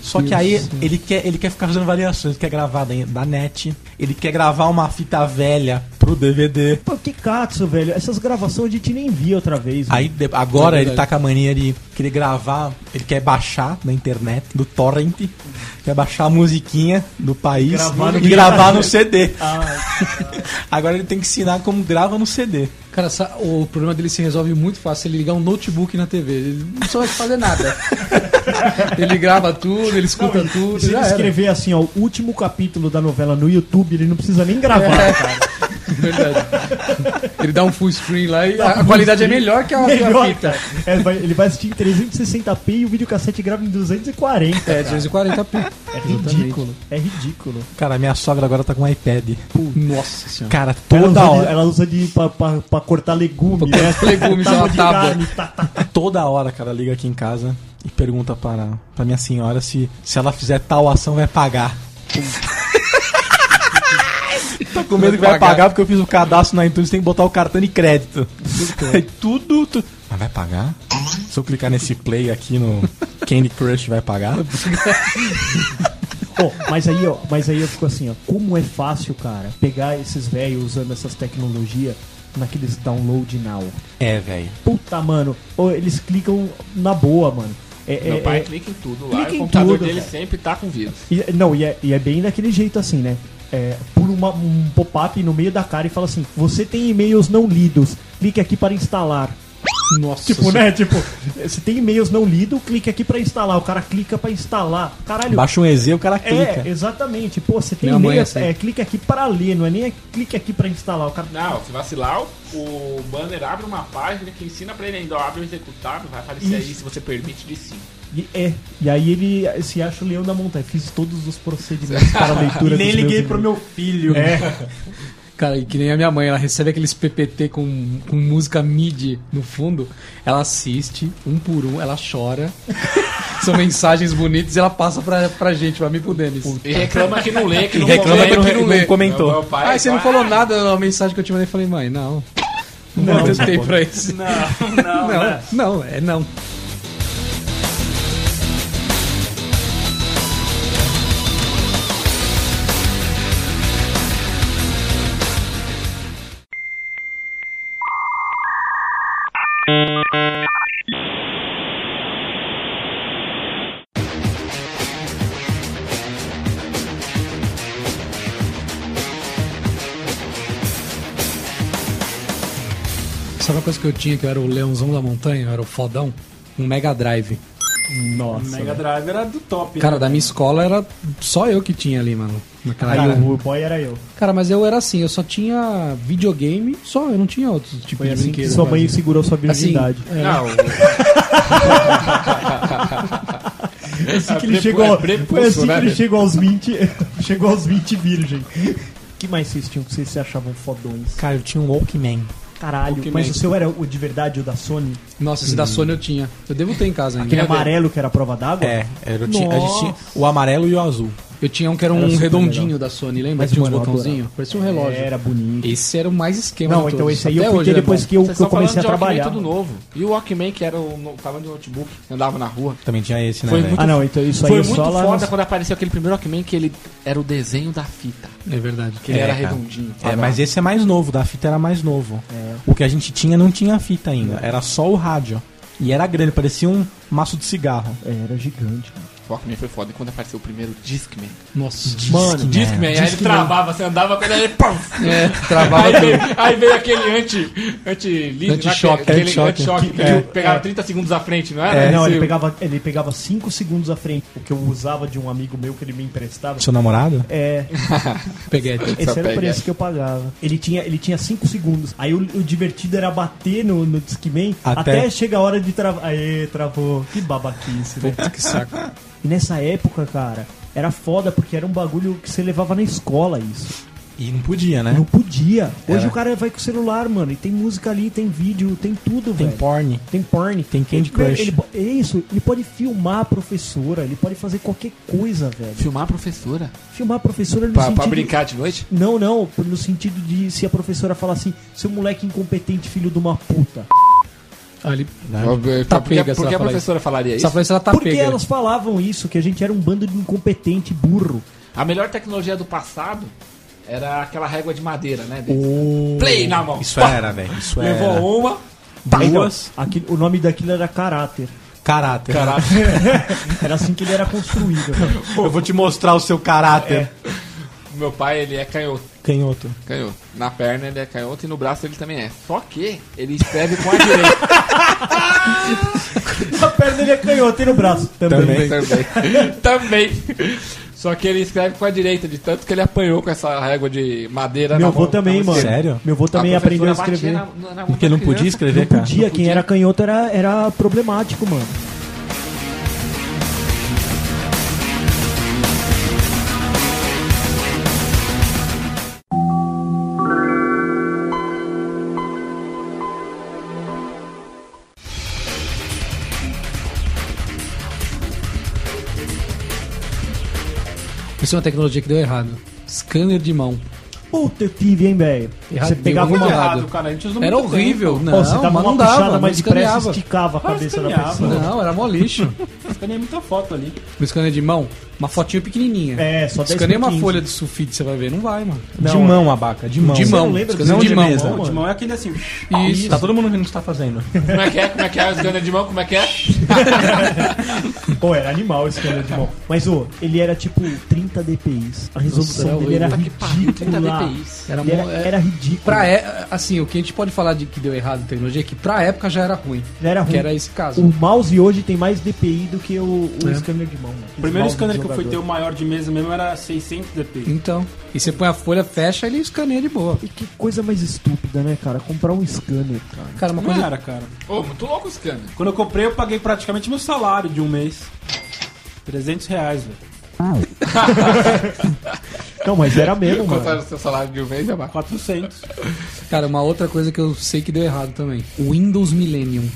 S2: Só que aí ele quer, ele quer ficar fazendo variações, ele quer gravar da, da net, ele quer gravar uma fita velha pro DVD.
S5: Pô, que catso, velho. Essas gravações a gente nem via outra vez.
S2: Aí de- agora
S10: É
S2: ele
S10: verdade.
S2: tá com a mania de querer gravar, ele quer baixar na internet, do torrent, quer baixar a musiquinha do país
S5: Gravar no Ah.
S2: e gravar no
S5: videocassete.
S2: CD. [laughs] agora ele tem que ensinar como grava no CD.
S10: Cara, sa- o problema dele se resolve muito fácil se ele ligar um notebook na TV. Ele não precisa mais fazer [laughs] nada. ele grava tudo, ele escuta tudo.
S5: Se ele
S10: Já era.
S5: escrever assim, ó, o último capítulo da novela no YouTube, ele não precisa
S2: [laughs]
S5: nem
S10: [laughs]
S5: gravar,
S10: É.
S5: cara.
S10: Verdade. Ele dá um full screen lá e a, a qualidade é melhor que a, que a
S5: Melhor.
S10: fita.
S5: É, vai- ele vai assistir em 360p e o videocassete grava em 240.
S10: É, 240p.
S5: É ridículo. É ridículo.
S2: Cara, minha sogra agora tá com um iPad.
S10: Nossa senhora.
S2: Cara,
S5: Ela
S2: toda
S5: usa, de,
S2: hora,
S5: ela usa de pra, pra- pra cortar legume,
S10: Pra
S5: né?
S10: cortar legumes,
S5: Tábua
S10: uma
S5: de
S10: tábua.
S5: carne, tá, tá.
S2: toda hora, cara, liga aqui em casa e pergunta para, para minha senhora se, se ela fizer tal ação vai pagar. Tô com medo que vai
S10: Pagar.
S2: pagar porque eu fiz o cadastro na iTunes, tem que botar o cartão de crédito. É tudo, tu- Mas vai pagar? Se eu clicar nesse play aqui no Candy Crush vai pagar.
S5: Bom, mas aí, ó, mas aí eu fico assim, ó, como é fácil, cara, pegar esses velhos usando essas tecnologias naqueles download now.
S2: É, velho.
S5: Puta, mano, ô, eles clicam na boa, mano. É,
S3: Meu
S5: é-
S3: pai
S5: é-
S3: clica em tudo lá.
S5: clica
S3: o
S5: em
S3: computador
S5: tudo,
S3: dele
S5: velho.
S3: sempre tá com vírus.
S5: e- não, e é, e é bem daquele jeito assim, né? É, pula uma- um pop-up no meio da cara e fala assim: Você tem e-mails não lidos, clique aqui para instalar.
S6: Nossa,
S5: Tipo, né? Tipo, se tem e-mails não lidos, clique aqui para instalar. O cara clica para instalar. Caralho,
S2: Baixa um EZ e o cara clica.
S5: É, exatamente. Pô, você tem
S11: Minha mãe é
S5: e-mail,
S11: assim.
S5: é, clica aqui para ler, não é nem clique aqui para instalar. O cara
S3: Não, se vacilar, o- o banner abre uma página que ensina pra ele ainda, ó, abre o executável, vai aparecer aí se você permite de sim.
S5: E, é, e aí ele se acha o leão da montanha. Fiz todos os procedimentos para a leitura
S4: Nem
S5: dos
S4: liguei
S5: meus
S4: pro
S5: e-mails.
S4: meu filho.
S6: Cara, e que nem a minha mãe, ela recebe aqueles PPT com, com música MIDI no fundo, ela assiste, um por um, ela
S10: [laughs]
S6: chora. São mensagens bonitas e ela passa pra, pra gente, pra mim e pro Denis.
S3: E reclama que não lê, que
S2: E
S3: não
S2: reclama
S3: comenta,
S2: que não,
S3: que não
S2: não comentou.
S3: Meu pai,
S6: Ah, você não
S3: pai,
S6: falou nada na mensagem que eu te mandei. Eu falei, mãe, não. Não, não tem pra isso.
S4: Não, não,
S6: Não,
S4: né?
S6: não, é não. Sabe uma coisa que eu tinha, que eu era o leãozão da montanha, eu era o fodão? Um Mega Drive.
S5: Nossa.
S4: Mega Drive era do top.
S6: Cara, da minha escola era só eu que tinha ali, mano. Naquela
S5: Aí
S6: época.
S5: o boy era eu.
S6: Cara, mas eu era assim, eu só tinha videogame, só, eu não tinha outros tipo
S5: Foi
S6: de
S5: assim que
S6: brinquedo.
S5: sua mãe
S6: quase.
S5: segurou sua
S6: Assim,
S5: virgindade.
S6: é, [laughs]
S3: Não,
S5: É assim que ele
S3: prepo-
S5: chegou,
S3: é
S5: ao-
S3: prepulso,
S5: foi assim
S3: né,
S5: que ele
S3: velho?
S5: chegou aos 20, [laughs] chegou aos 20 virgem. que mais vocês tinham que vocês se achavam fodões?
S2: Cara, eu tinha um Walkman.
S5: Caralho, mas o seu era o de verdade, o da Sony?
S6: Nossa, esse da Sony eu tinha. Eu devo ter em casa ainda.
S5: Hum. Aquele amarelo que era a prova d'água?
S2: É, era, eu tinha, a gente tinha o amarelo e o azul.
S6: Eu tinha um que era um
S5: Era super
S6: redondinho da Sony, lembra?
S5: Mas,
S6: tinha uns
S5: mano, eu
S6: botãozinhos. Parecia um relógio.
S5: Era bonito.
S6: Esse era o mais esquema
S5: É. Não,
S6: de
S5: então
S6: todos.
S5: esse aí
S6: Até
S5: eu
S6: hoje
S5: fiquei
S6: ele é
S5: depois
S6: bom.
S5: que eu,
S3: vocês
S5: que eu
S3: estão falando de
S5: comecei a
S3: Walkman
S5: trabalhar.
S3: tudo novo. E o Walkman, que era o no- tava no notebook, que andava na rua.
S2: Também tinha esse, né,
S3: Foi
S2: velho?
S3: muito
S5: Ah, não, então isso aí
S3: Foi
S5: é
S3: muito
S5: só lá.
S3: foda
S5: nas-
S3: quando apareceu aquele primeiro Walkman, que ele era o desenho da fita.
S6: É verdade.
S3: Que ele
S2: É,
S3: era
S2: cara.
S3: redondinho.
S2: É, mas esse é mais novo, da fita era mais novo. O que a gente tinha não tinha fita ainda, era só o rádio. E era grande, parecia um maço de cigarro.
S5: É, Era gigante.
S3: O Walkman foi foda. E quando apareceu o primeiro Discman.
S6: Nossa.
S2: Mano,
S3: Discman, aí ele travava, você andava com ele, aí ele... pum!
S6: É, travava
S3: Aí
S6: tudo.
S3: veio, aí veio aquele anti. Anti-lixo.
S6: Anti-choque,
S3: Anti-choque.
S6: anti-choque.
S3: que
S5: É.
S3: pegava 30 segundos à frente, não era?
S5: É, não, ele
S3: Esse-
S5: pegava, ele pegava 5 segundos à frente. O que eu usava de um amigo meu que ele me emprestava.
S2: Seu namorado?
S5: É,
S6: Peguete.
S5: esse era o
S3: pega.
S5: preço que eu pagava. Ele tinha 5 ele tinha cinco segundos. Aí o, o divertido era bater no, no Discman
S2: Até-
S5: até... chega a hora de travar. Aê, travou. Que babaquice, né?
S6: Puta que saco.
S5: [laughs] E nessa época, cara, era foda porque era um bagulho que você levava na escola isso.
S2: E não podia, né?
S5: Não podia. Hoje
S2: Era.
S5: o cara vai com o celular, mano. E tem música ali, tem vídeo, tem tudo,
S2: Tem
S5: velho.
S2: porn.
S5: Tem porn.
S2: Tem Candy
S5: Ele-
S2: Crush.
S5: ele po- é isso, ele pode filmar a professora, ele pode fazer qualquer coisa, velho.
S3: Filmar a professora.
S5: Filmar a professora no
S3: Pra,
S5: sentido...
S3: pra brincar de noite?
S5: Não, não, no sentido de se a professora falar assim, seu moleque incompetente, filho de uma puta.
S6: Ali,
S3: Tá
S6: Tá
S3: porque, porque
S6: pega, você
S3: a
S6: vai falar
S3: professora falaria isso?
S6: só pra ver se ela tá
S5: Porque
S6: pega.
S5: elas falavam isso, que a gente era um bando de incompetente burro.
S3: A melhor tecnologia do passado era aquela régua de madeira, né? Denis? Play na mão.
S2: Uh, Isso era, velho. Isso era.
S3: Levou uma.
S2: Duas.
S5: Então, aquilo- o nome daquilo era caráter.
S2: Caráter.
S3: Caralho.
S5: Era assim que ele era construído. né? velho.
S2: Eu vou te mostrar o seu caráter.
S3: Meu pai, ele é canhoto.
S2: Canhoto.
S3: Canhoto. Na perna ele é canhoto e no braço ele também é. Só que ele escreve com a direita
S5: a perna ele é canhota e no braço. Também.
S3: também. [laughs] também. Só que ele escreve com a direita, de tanto que ele apanhou com essa régua de madeira
S5: Meu
S3: na mão.
S5: avô também,
S3: na mão
S5: mano.
S3: esquerda.
S2: Sério?
S5: Meu avô também
S3: A
S5: aprendeu a
S3: professora
S5: escrever.
S3: batia na- na- na mão
S2: Porque
S3: da
S2: não podia
S3: criança.
S2: escrever, cara.
S5: Podia, quem era canhoto era, era problemático, mano.
S6: Isso é uma tecnologia que deu errado. Scanner de mão.
S5: Puta, eu tive, hein, velho. Você
S6: Erradinho,
S5: pegava
S6: muito
S5: uma.
S6: errado.
S4: Errado, cara. A gente usou
S6: Era
S4: muito
S6: horrível.
S5: Pô,
S6: Não,
S5: você dava
S6: mas
S5: uma
S6: não dava,
S5: puxada
S6: não
S5: mais depressa e
S6: escaneava.
S5: esticava a cabeça da
S4: escaneava.
S5: pessoa. [laughs]
S6: Não, era mó lixo.
S4: Escaneei muita foto ali.
S6: No scanner de mão, uma fotinha pequenininha.
S5: É, só 10
S6: Escaneia
S5: por
S6: uma
S5: 15.
S6: folha de sulfite, você vai ver. Não vai, mano.
S2: de mão, abaca, de mão.
S6: De mão.
S5: lembra
S6: escaneia um
S2: do
S6: de mão.
S2: mesa?
S4: O timão é aquele assim.
S6: Isso.
S2: Tá todo mundo vendo o que você tá fazendo.
S3: Como é que é? Como é que é? Os grandes de mão, como é que é?
S5: Pô, era animal esse cara de mão. Mas, ô, ele era tipo 30 dpi's. A resolução
S6: Nossa,
S5: dele era
S3: Puta que pariu, 30
S5: ridícula.
S3: DPIs.
S6: Era,
S5: Ele
S6: mo-
S5: Era,
S6: é-
S5: era ridículo.
S6: Pra é, assim, o que a gente pode falar de que deu errado em tecnologia é que pra época já era ruim.
S5: Já era ruim.
S6: Que era esse caso.
S5: O mouse hoje tem mais DPI do que o,
S6: É.
S5: o scanner de mão. né?
S4: O primeiro
S5: Mouse de
S4: scanner que eu fui
S5: jogador.
S4: ter, o maior de mesa mesmo, era 600 dpi.
S6: Então. E você põe a folha, fecha ele escaneia de boa.
S5: E que coisa mais estúpida, né, cara? Comprar um scanner, cara.
S6: Cara, uma
S4: Não
S6: coisa.
S4: era, cara.
S3: Ô, muito louco os câmeras.
S4: Quando eu comprei, eu paguei praticamente meu salário de um mês. 300 reais, velho.
S5: Não,
S4: [laughs]
S5: mas era mesmo,
S3: Quanto
S5: mano.
S3: era o seu salário de um mês, Abaca?
S4: 400.
S6: Cara, uma outra coisa que eu sei que deu errado também. O Windows Millennium.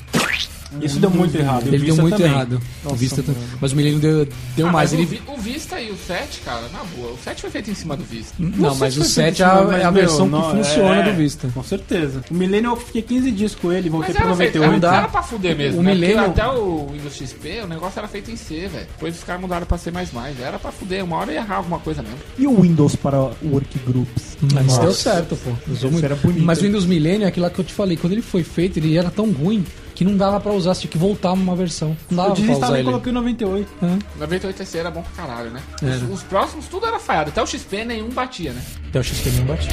S4: Isso deu muito errado. E o
S6: Ele deu
S4: Vista
S6: muito
S4: também.
S6: errado. o Vista tam- Mas o Millennium deu, deu
S3: Ah,
S6: mais.
S3: mas
S6: Ele...
S3: o, Vi- o Vista e o 7, cara, na boa. O 7 foi feito em cima do Vista.
S6: Não, mas o 7 é a,
S4: Mas,
S6: é a
S4: né? meu,
S6: versão
S4: não,
S6: que funciona
S4: é,
S6: do Vista.
S4: Com certeza. O Millennium eu fiquei 15 dias com ele, voltei
S3: Mas
S4: pro
S3: era feito, era,
S4: 98.
S3: era pra fuder mesmo,
S6: O
S3: né?
S6: Millennium-
S3: Porque até o Windows XP, o negócio era feito em C, velho. Depois os caras mudaram pra C++, era pra fuder, uma hora ia errar alguma coisa mesmo.
S5: E o Windows para workgroups?
S6: Mas deu certo, pô. Usou
S5: Isso
S6: muito.
S5: era bonito.
S6: Mas o Windows Millennium é aquilo lá que eu te falei. Quando ele foi feito, ele era tão ruim que não dava pra usar, você tinha que voltar numa versão. Não
S4: Eu
S6: dava pra usar
S4: desinstalei e
S6: Ah, ele.
S4: coloquei o 98.
S3: 98 SC era bom pra caralho, né? Os, os próximos tudo era falhado, até o XP nenhum batia, né?
S2: Até o XP não bate.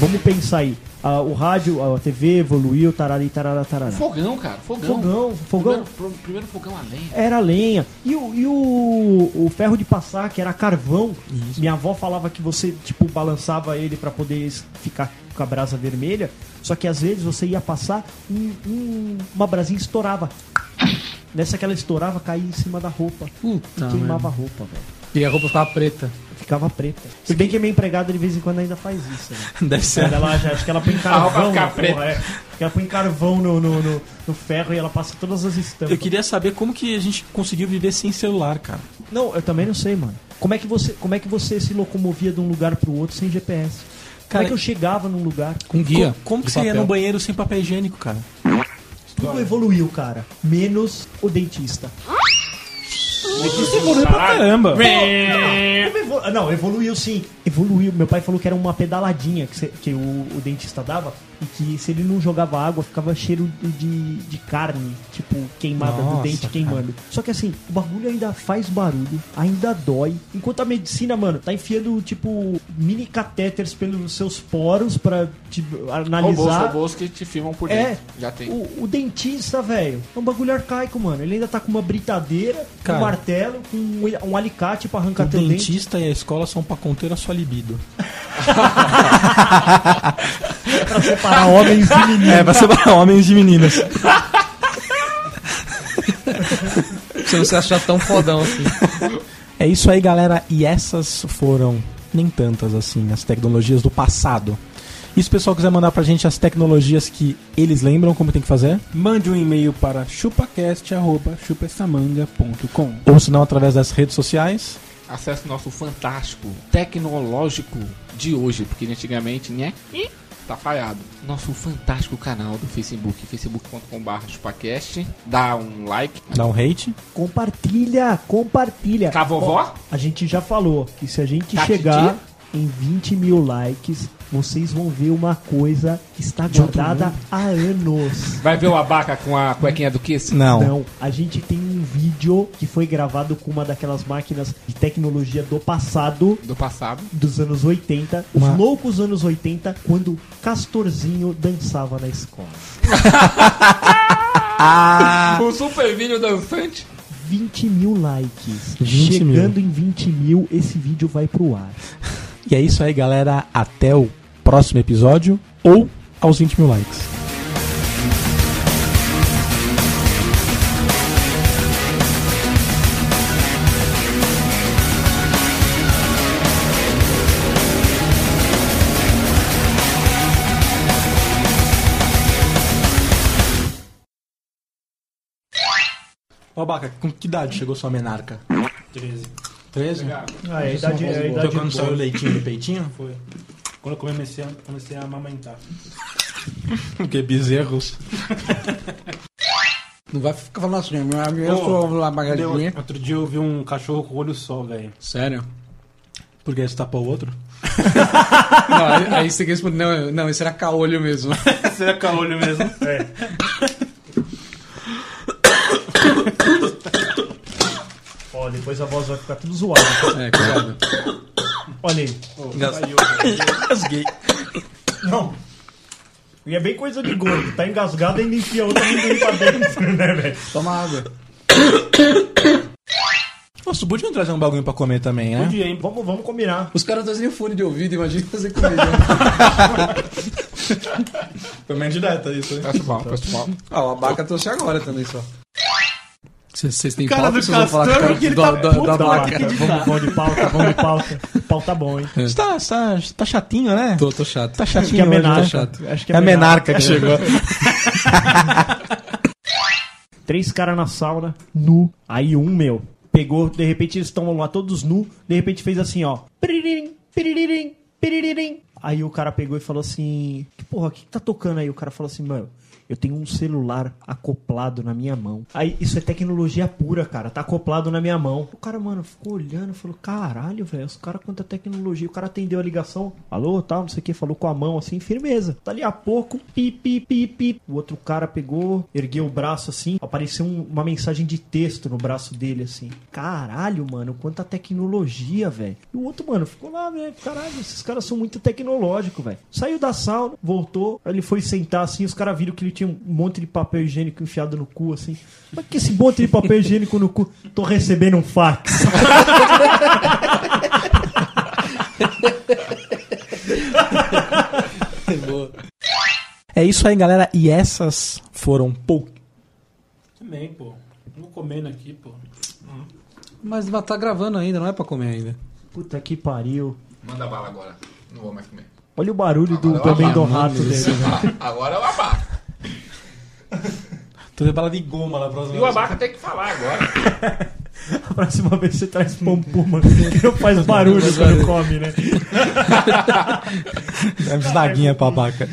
S5: Vamos pensar aí. Ah, o rádio, a TV evoluiu, tarari, tarara, tarara.
S3: Fogão, cara, fogão.
S5: Fogão, fogão.
S3: Primeiro, pro- primeiro fogão a lenha.
S5: Era lenha. E, o, e o, o ferro de passar, que era carvão. Minha avó falava que você, tipo, balançava ele pra poder es- ficar com a brasa vermelha. Só que às vezes você ia passar um, um- uma brasinha estourava. Nessa que ela estourava, caía em cima da roupa.
S6: Puta,
S5: queimava a roupa, velho.
S6: E a roupa ficava preta.
S5: Ficava preta. Se bem que minha empregada de vez em quando ainda faz isso, né?
S2: Deve ser.
S5: Ela, ela já- acho que ela põe
S3: roupa
S5: carvão
S3: fica
S5: na porra, é. Acho que ela põe carvão no, no, no, no ferro e ela passa todas as estampas.
S2: Eu queria saber como que a gente conseguiu viver sem celular, cara.
S5: Não, eu também não sei, mano. Como é que você, como é que você se locomovia de um lugar pro outro sem GPS? como
S2: Cara,
S5: é que eu chegava num lugar?
S6: Com guia.
S2: Co- como que
S6: de
S2: você ia
S6: papel.
S2: no banheiro sem papel higiênico, cara?
S5: Tudo evoluiu, cara. Menos o dentista.
S2: Isso demorou pra caramba.
S5: Como evolu- ah, Não, evoluiu sim. Evoluiu. Meu pai falou que era uma pedaladinha que, você- que o, o dentista dava e que se ele não jogava água, ficava cheiro de, de carne, tipo, queimada do
S2: Nossa,
S5: dente queimando. Só que assim, o bagulho ainda faz barulho, ainda dói. Enquanto a medicina, mano, tá enfiando, tipo, mini catéteres pelos seus poros pra tipo,
S3: Robôs,
S5: analisar.
S3: robôs que te filmam por
S5: É.
S3: dentro. Já tem.
S5: O, o dentista, velho, é um bagulho arcaico, mano. Ele ainda tá com uma britadeira,
S2: Cara.
S5: um martelo, com um, um alicate pra arrancar
S2: O
S5: teu dente.
S2: dentista e a escola são pra conter a sua
S6: [laughs]
S2: libido.
S5: É pra separar homens de meninos.
S2: É, vai separar homens de meninas.
S6: Você não se achar tão fodão assim.
S2: É isso aí, galera. E essas foram nem tantas assim as tecnologias do passado. E se o pessoal quiser mandar pra gente as tecnologias que eles lembram, como tem que fazer?
S4: Mande um e-mail para chupacast.chupaessamanga.com
S2: Ou se não, através das redes sociais.
S3: Acesse o nosso fantástico, tecnológico de hoje, porque antigamente, né? Ih, Tá falhado. Nosso fantástico canal do Facebook, facebook.com.br chupacast. Dá um like.
S2: Dá um hate.
S5: Compartilha, compartilha.
S3: Com a Tá, vovó?
S5: Ó, A gente já falou que se a gente
S3: Tá,
S5: chegar em 20 mil likes, vocês vão ver uma coisa que está guardada há anos.
S3: Vai ver o abaca com a cuequinha do Kiss?
S5: Não, a gente tem um vídeo que foi gravado com uma daquelas máquinas de tecnologia do passado
S3: Do passado.
S5: dos anos 80, os
S2: Uma-
S5: loucos anos 80, quando Castorzinho dançava na escola.
S3: Um super vídeo dançante.
S5: 20 mil likes.
S2: 20 mil.
S5: Chegando em 20 mil, esse vídeo vai pro ar.
S2: E é isso aí, galera. Até o próximo episódio ou aos 20 mil likes. Ô, Baca, com que idade chegou sua menarca?
S4: 13.
S2: 13?
S5: Ah, é a idade, é a
S2: Foi
S5: idade
S2: quando
S5: boa.
S2: saiu o leitinho do peitinho?
S4: Foi. Quando eu comecei a, comecei a amamentar.
S2: Porque bezerros.
S6: Não vai ficar falando assim, eu
S4: Ô,
S6: sou lá
S4: Deu-
S6: bagadinha.
S4: outro dia eu vi um cachorro com o olho só, velho.
S6: Sério?
S2: Porque esse tapou o outro?
S6: Não, aí, aí você quer responder, não, não, esse era caolho mesmo.
S4: Será que é olho mesmo?
S5: Ó, depois a voz vai ficar tudo zoada.
S6: É, cuidado.
S5: Olha aí.
S2: Rasguei.
S5: Não. E é bem coisa de gordo. Tá engasgado e ainda enfia outro amendoim pra dentro, né, velho?
S6: Toma água.
S2: Nossa, podiam trazer um bagulho pra comer também, né?
S5: Podia, hein? Vamos, vamos combinar.
S6: Os caras trazem fone de ouvido, imagina fazer comida. [laughs]
S2: Foi meio direta isso, né?
S10: Peço mal, peço mal.
S6: Ah, o abaca trouxe agora também só.
S10: Vocês têm
S2: Cara
S10: pauta,
S2: do
S10: vocês vão falar
S2: Castor,
S10: cara
S2: que ele
S10: do-
S2: tá
S10: do-
S5: Puta,
S10: da vaca.
S5: cara, vamos, vamos de pauta, vamos de pauta. Pauta bom, hein?
S2: Você tá, você tá, você tá chatinho, né?
S6: Tô, tô chato.
S2: Tá chatinho
S5: que é
S2: hoje, né?
S5: menarca.
S2: Chato.
S5: Acho que
S2: É a [laughs] menarca que chegou.
S5: Três caras na sauna, nu. Aí um, meu, pegou, de repente eles estão lá todos nu, de repente fez assim, ó. Piriririm, piriririm, piriririm. Aí o cara pegou e falou assim: Que porra, o que, que tá tocando aí? O cara falou assim, mano. Eu tenho um celular acoplado na minha mão. Aí, isso é tecnologia pura, cara. Tá acoplado na minha mão. O cara, mano, ficou olhando, falou: caralho, velho, os caras quanta tecnologia. O cara atendeu a ligação, alô, tal, não sei o que, falou com a mão assim, firmeza. Dali a pouco, pi, pi, pi, pi. O outro cara pegou, ergueu o braço assim, apareceu um- uma mensagem de texto no braço dele assim. Caralho, mano, quanta tecnologia, velho. E o outro, mano, ficou lá, velho, caralho, esses caras são muito tecnológicos, velho. Saiu da sauna, voltou, aí ele foi sentar assim, os caras viram que ele tinha um monte de papel higiênico enfiado no cu assim. Mas que esse monte de papel higiênico no cu? Tô recebendo um fax.
S2: É isso aí, galera. E essas foram pou...
S4: Também, pô. Não comendo aqui, pô.
S6: Mas mas tá gravando ainda, não é pra comer ainda.
S5: Puta que pariu.
S12: Manda bala agora. Não vou mais comer.
S5: Olha o barulho do
S12: Agora
S5: também do
S6: vai,
S5: rato
S6: mano,
S5: dele.
S12: Ah, agora é o abaca.
S2: Tô de bala de goma lá próxima.
S12: E o abaca tem que falar agora.
S5: [laughs] A próxima vez você traz pompuma, que não faz barulho quando come, né?
S2: [laughs] É uma esnaguinha pra abaca.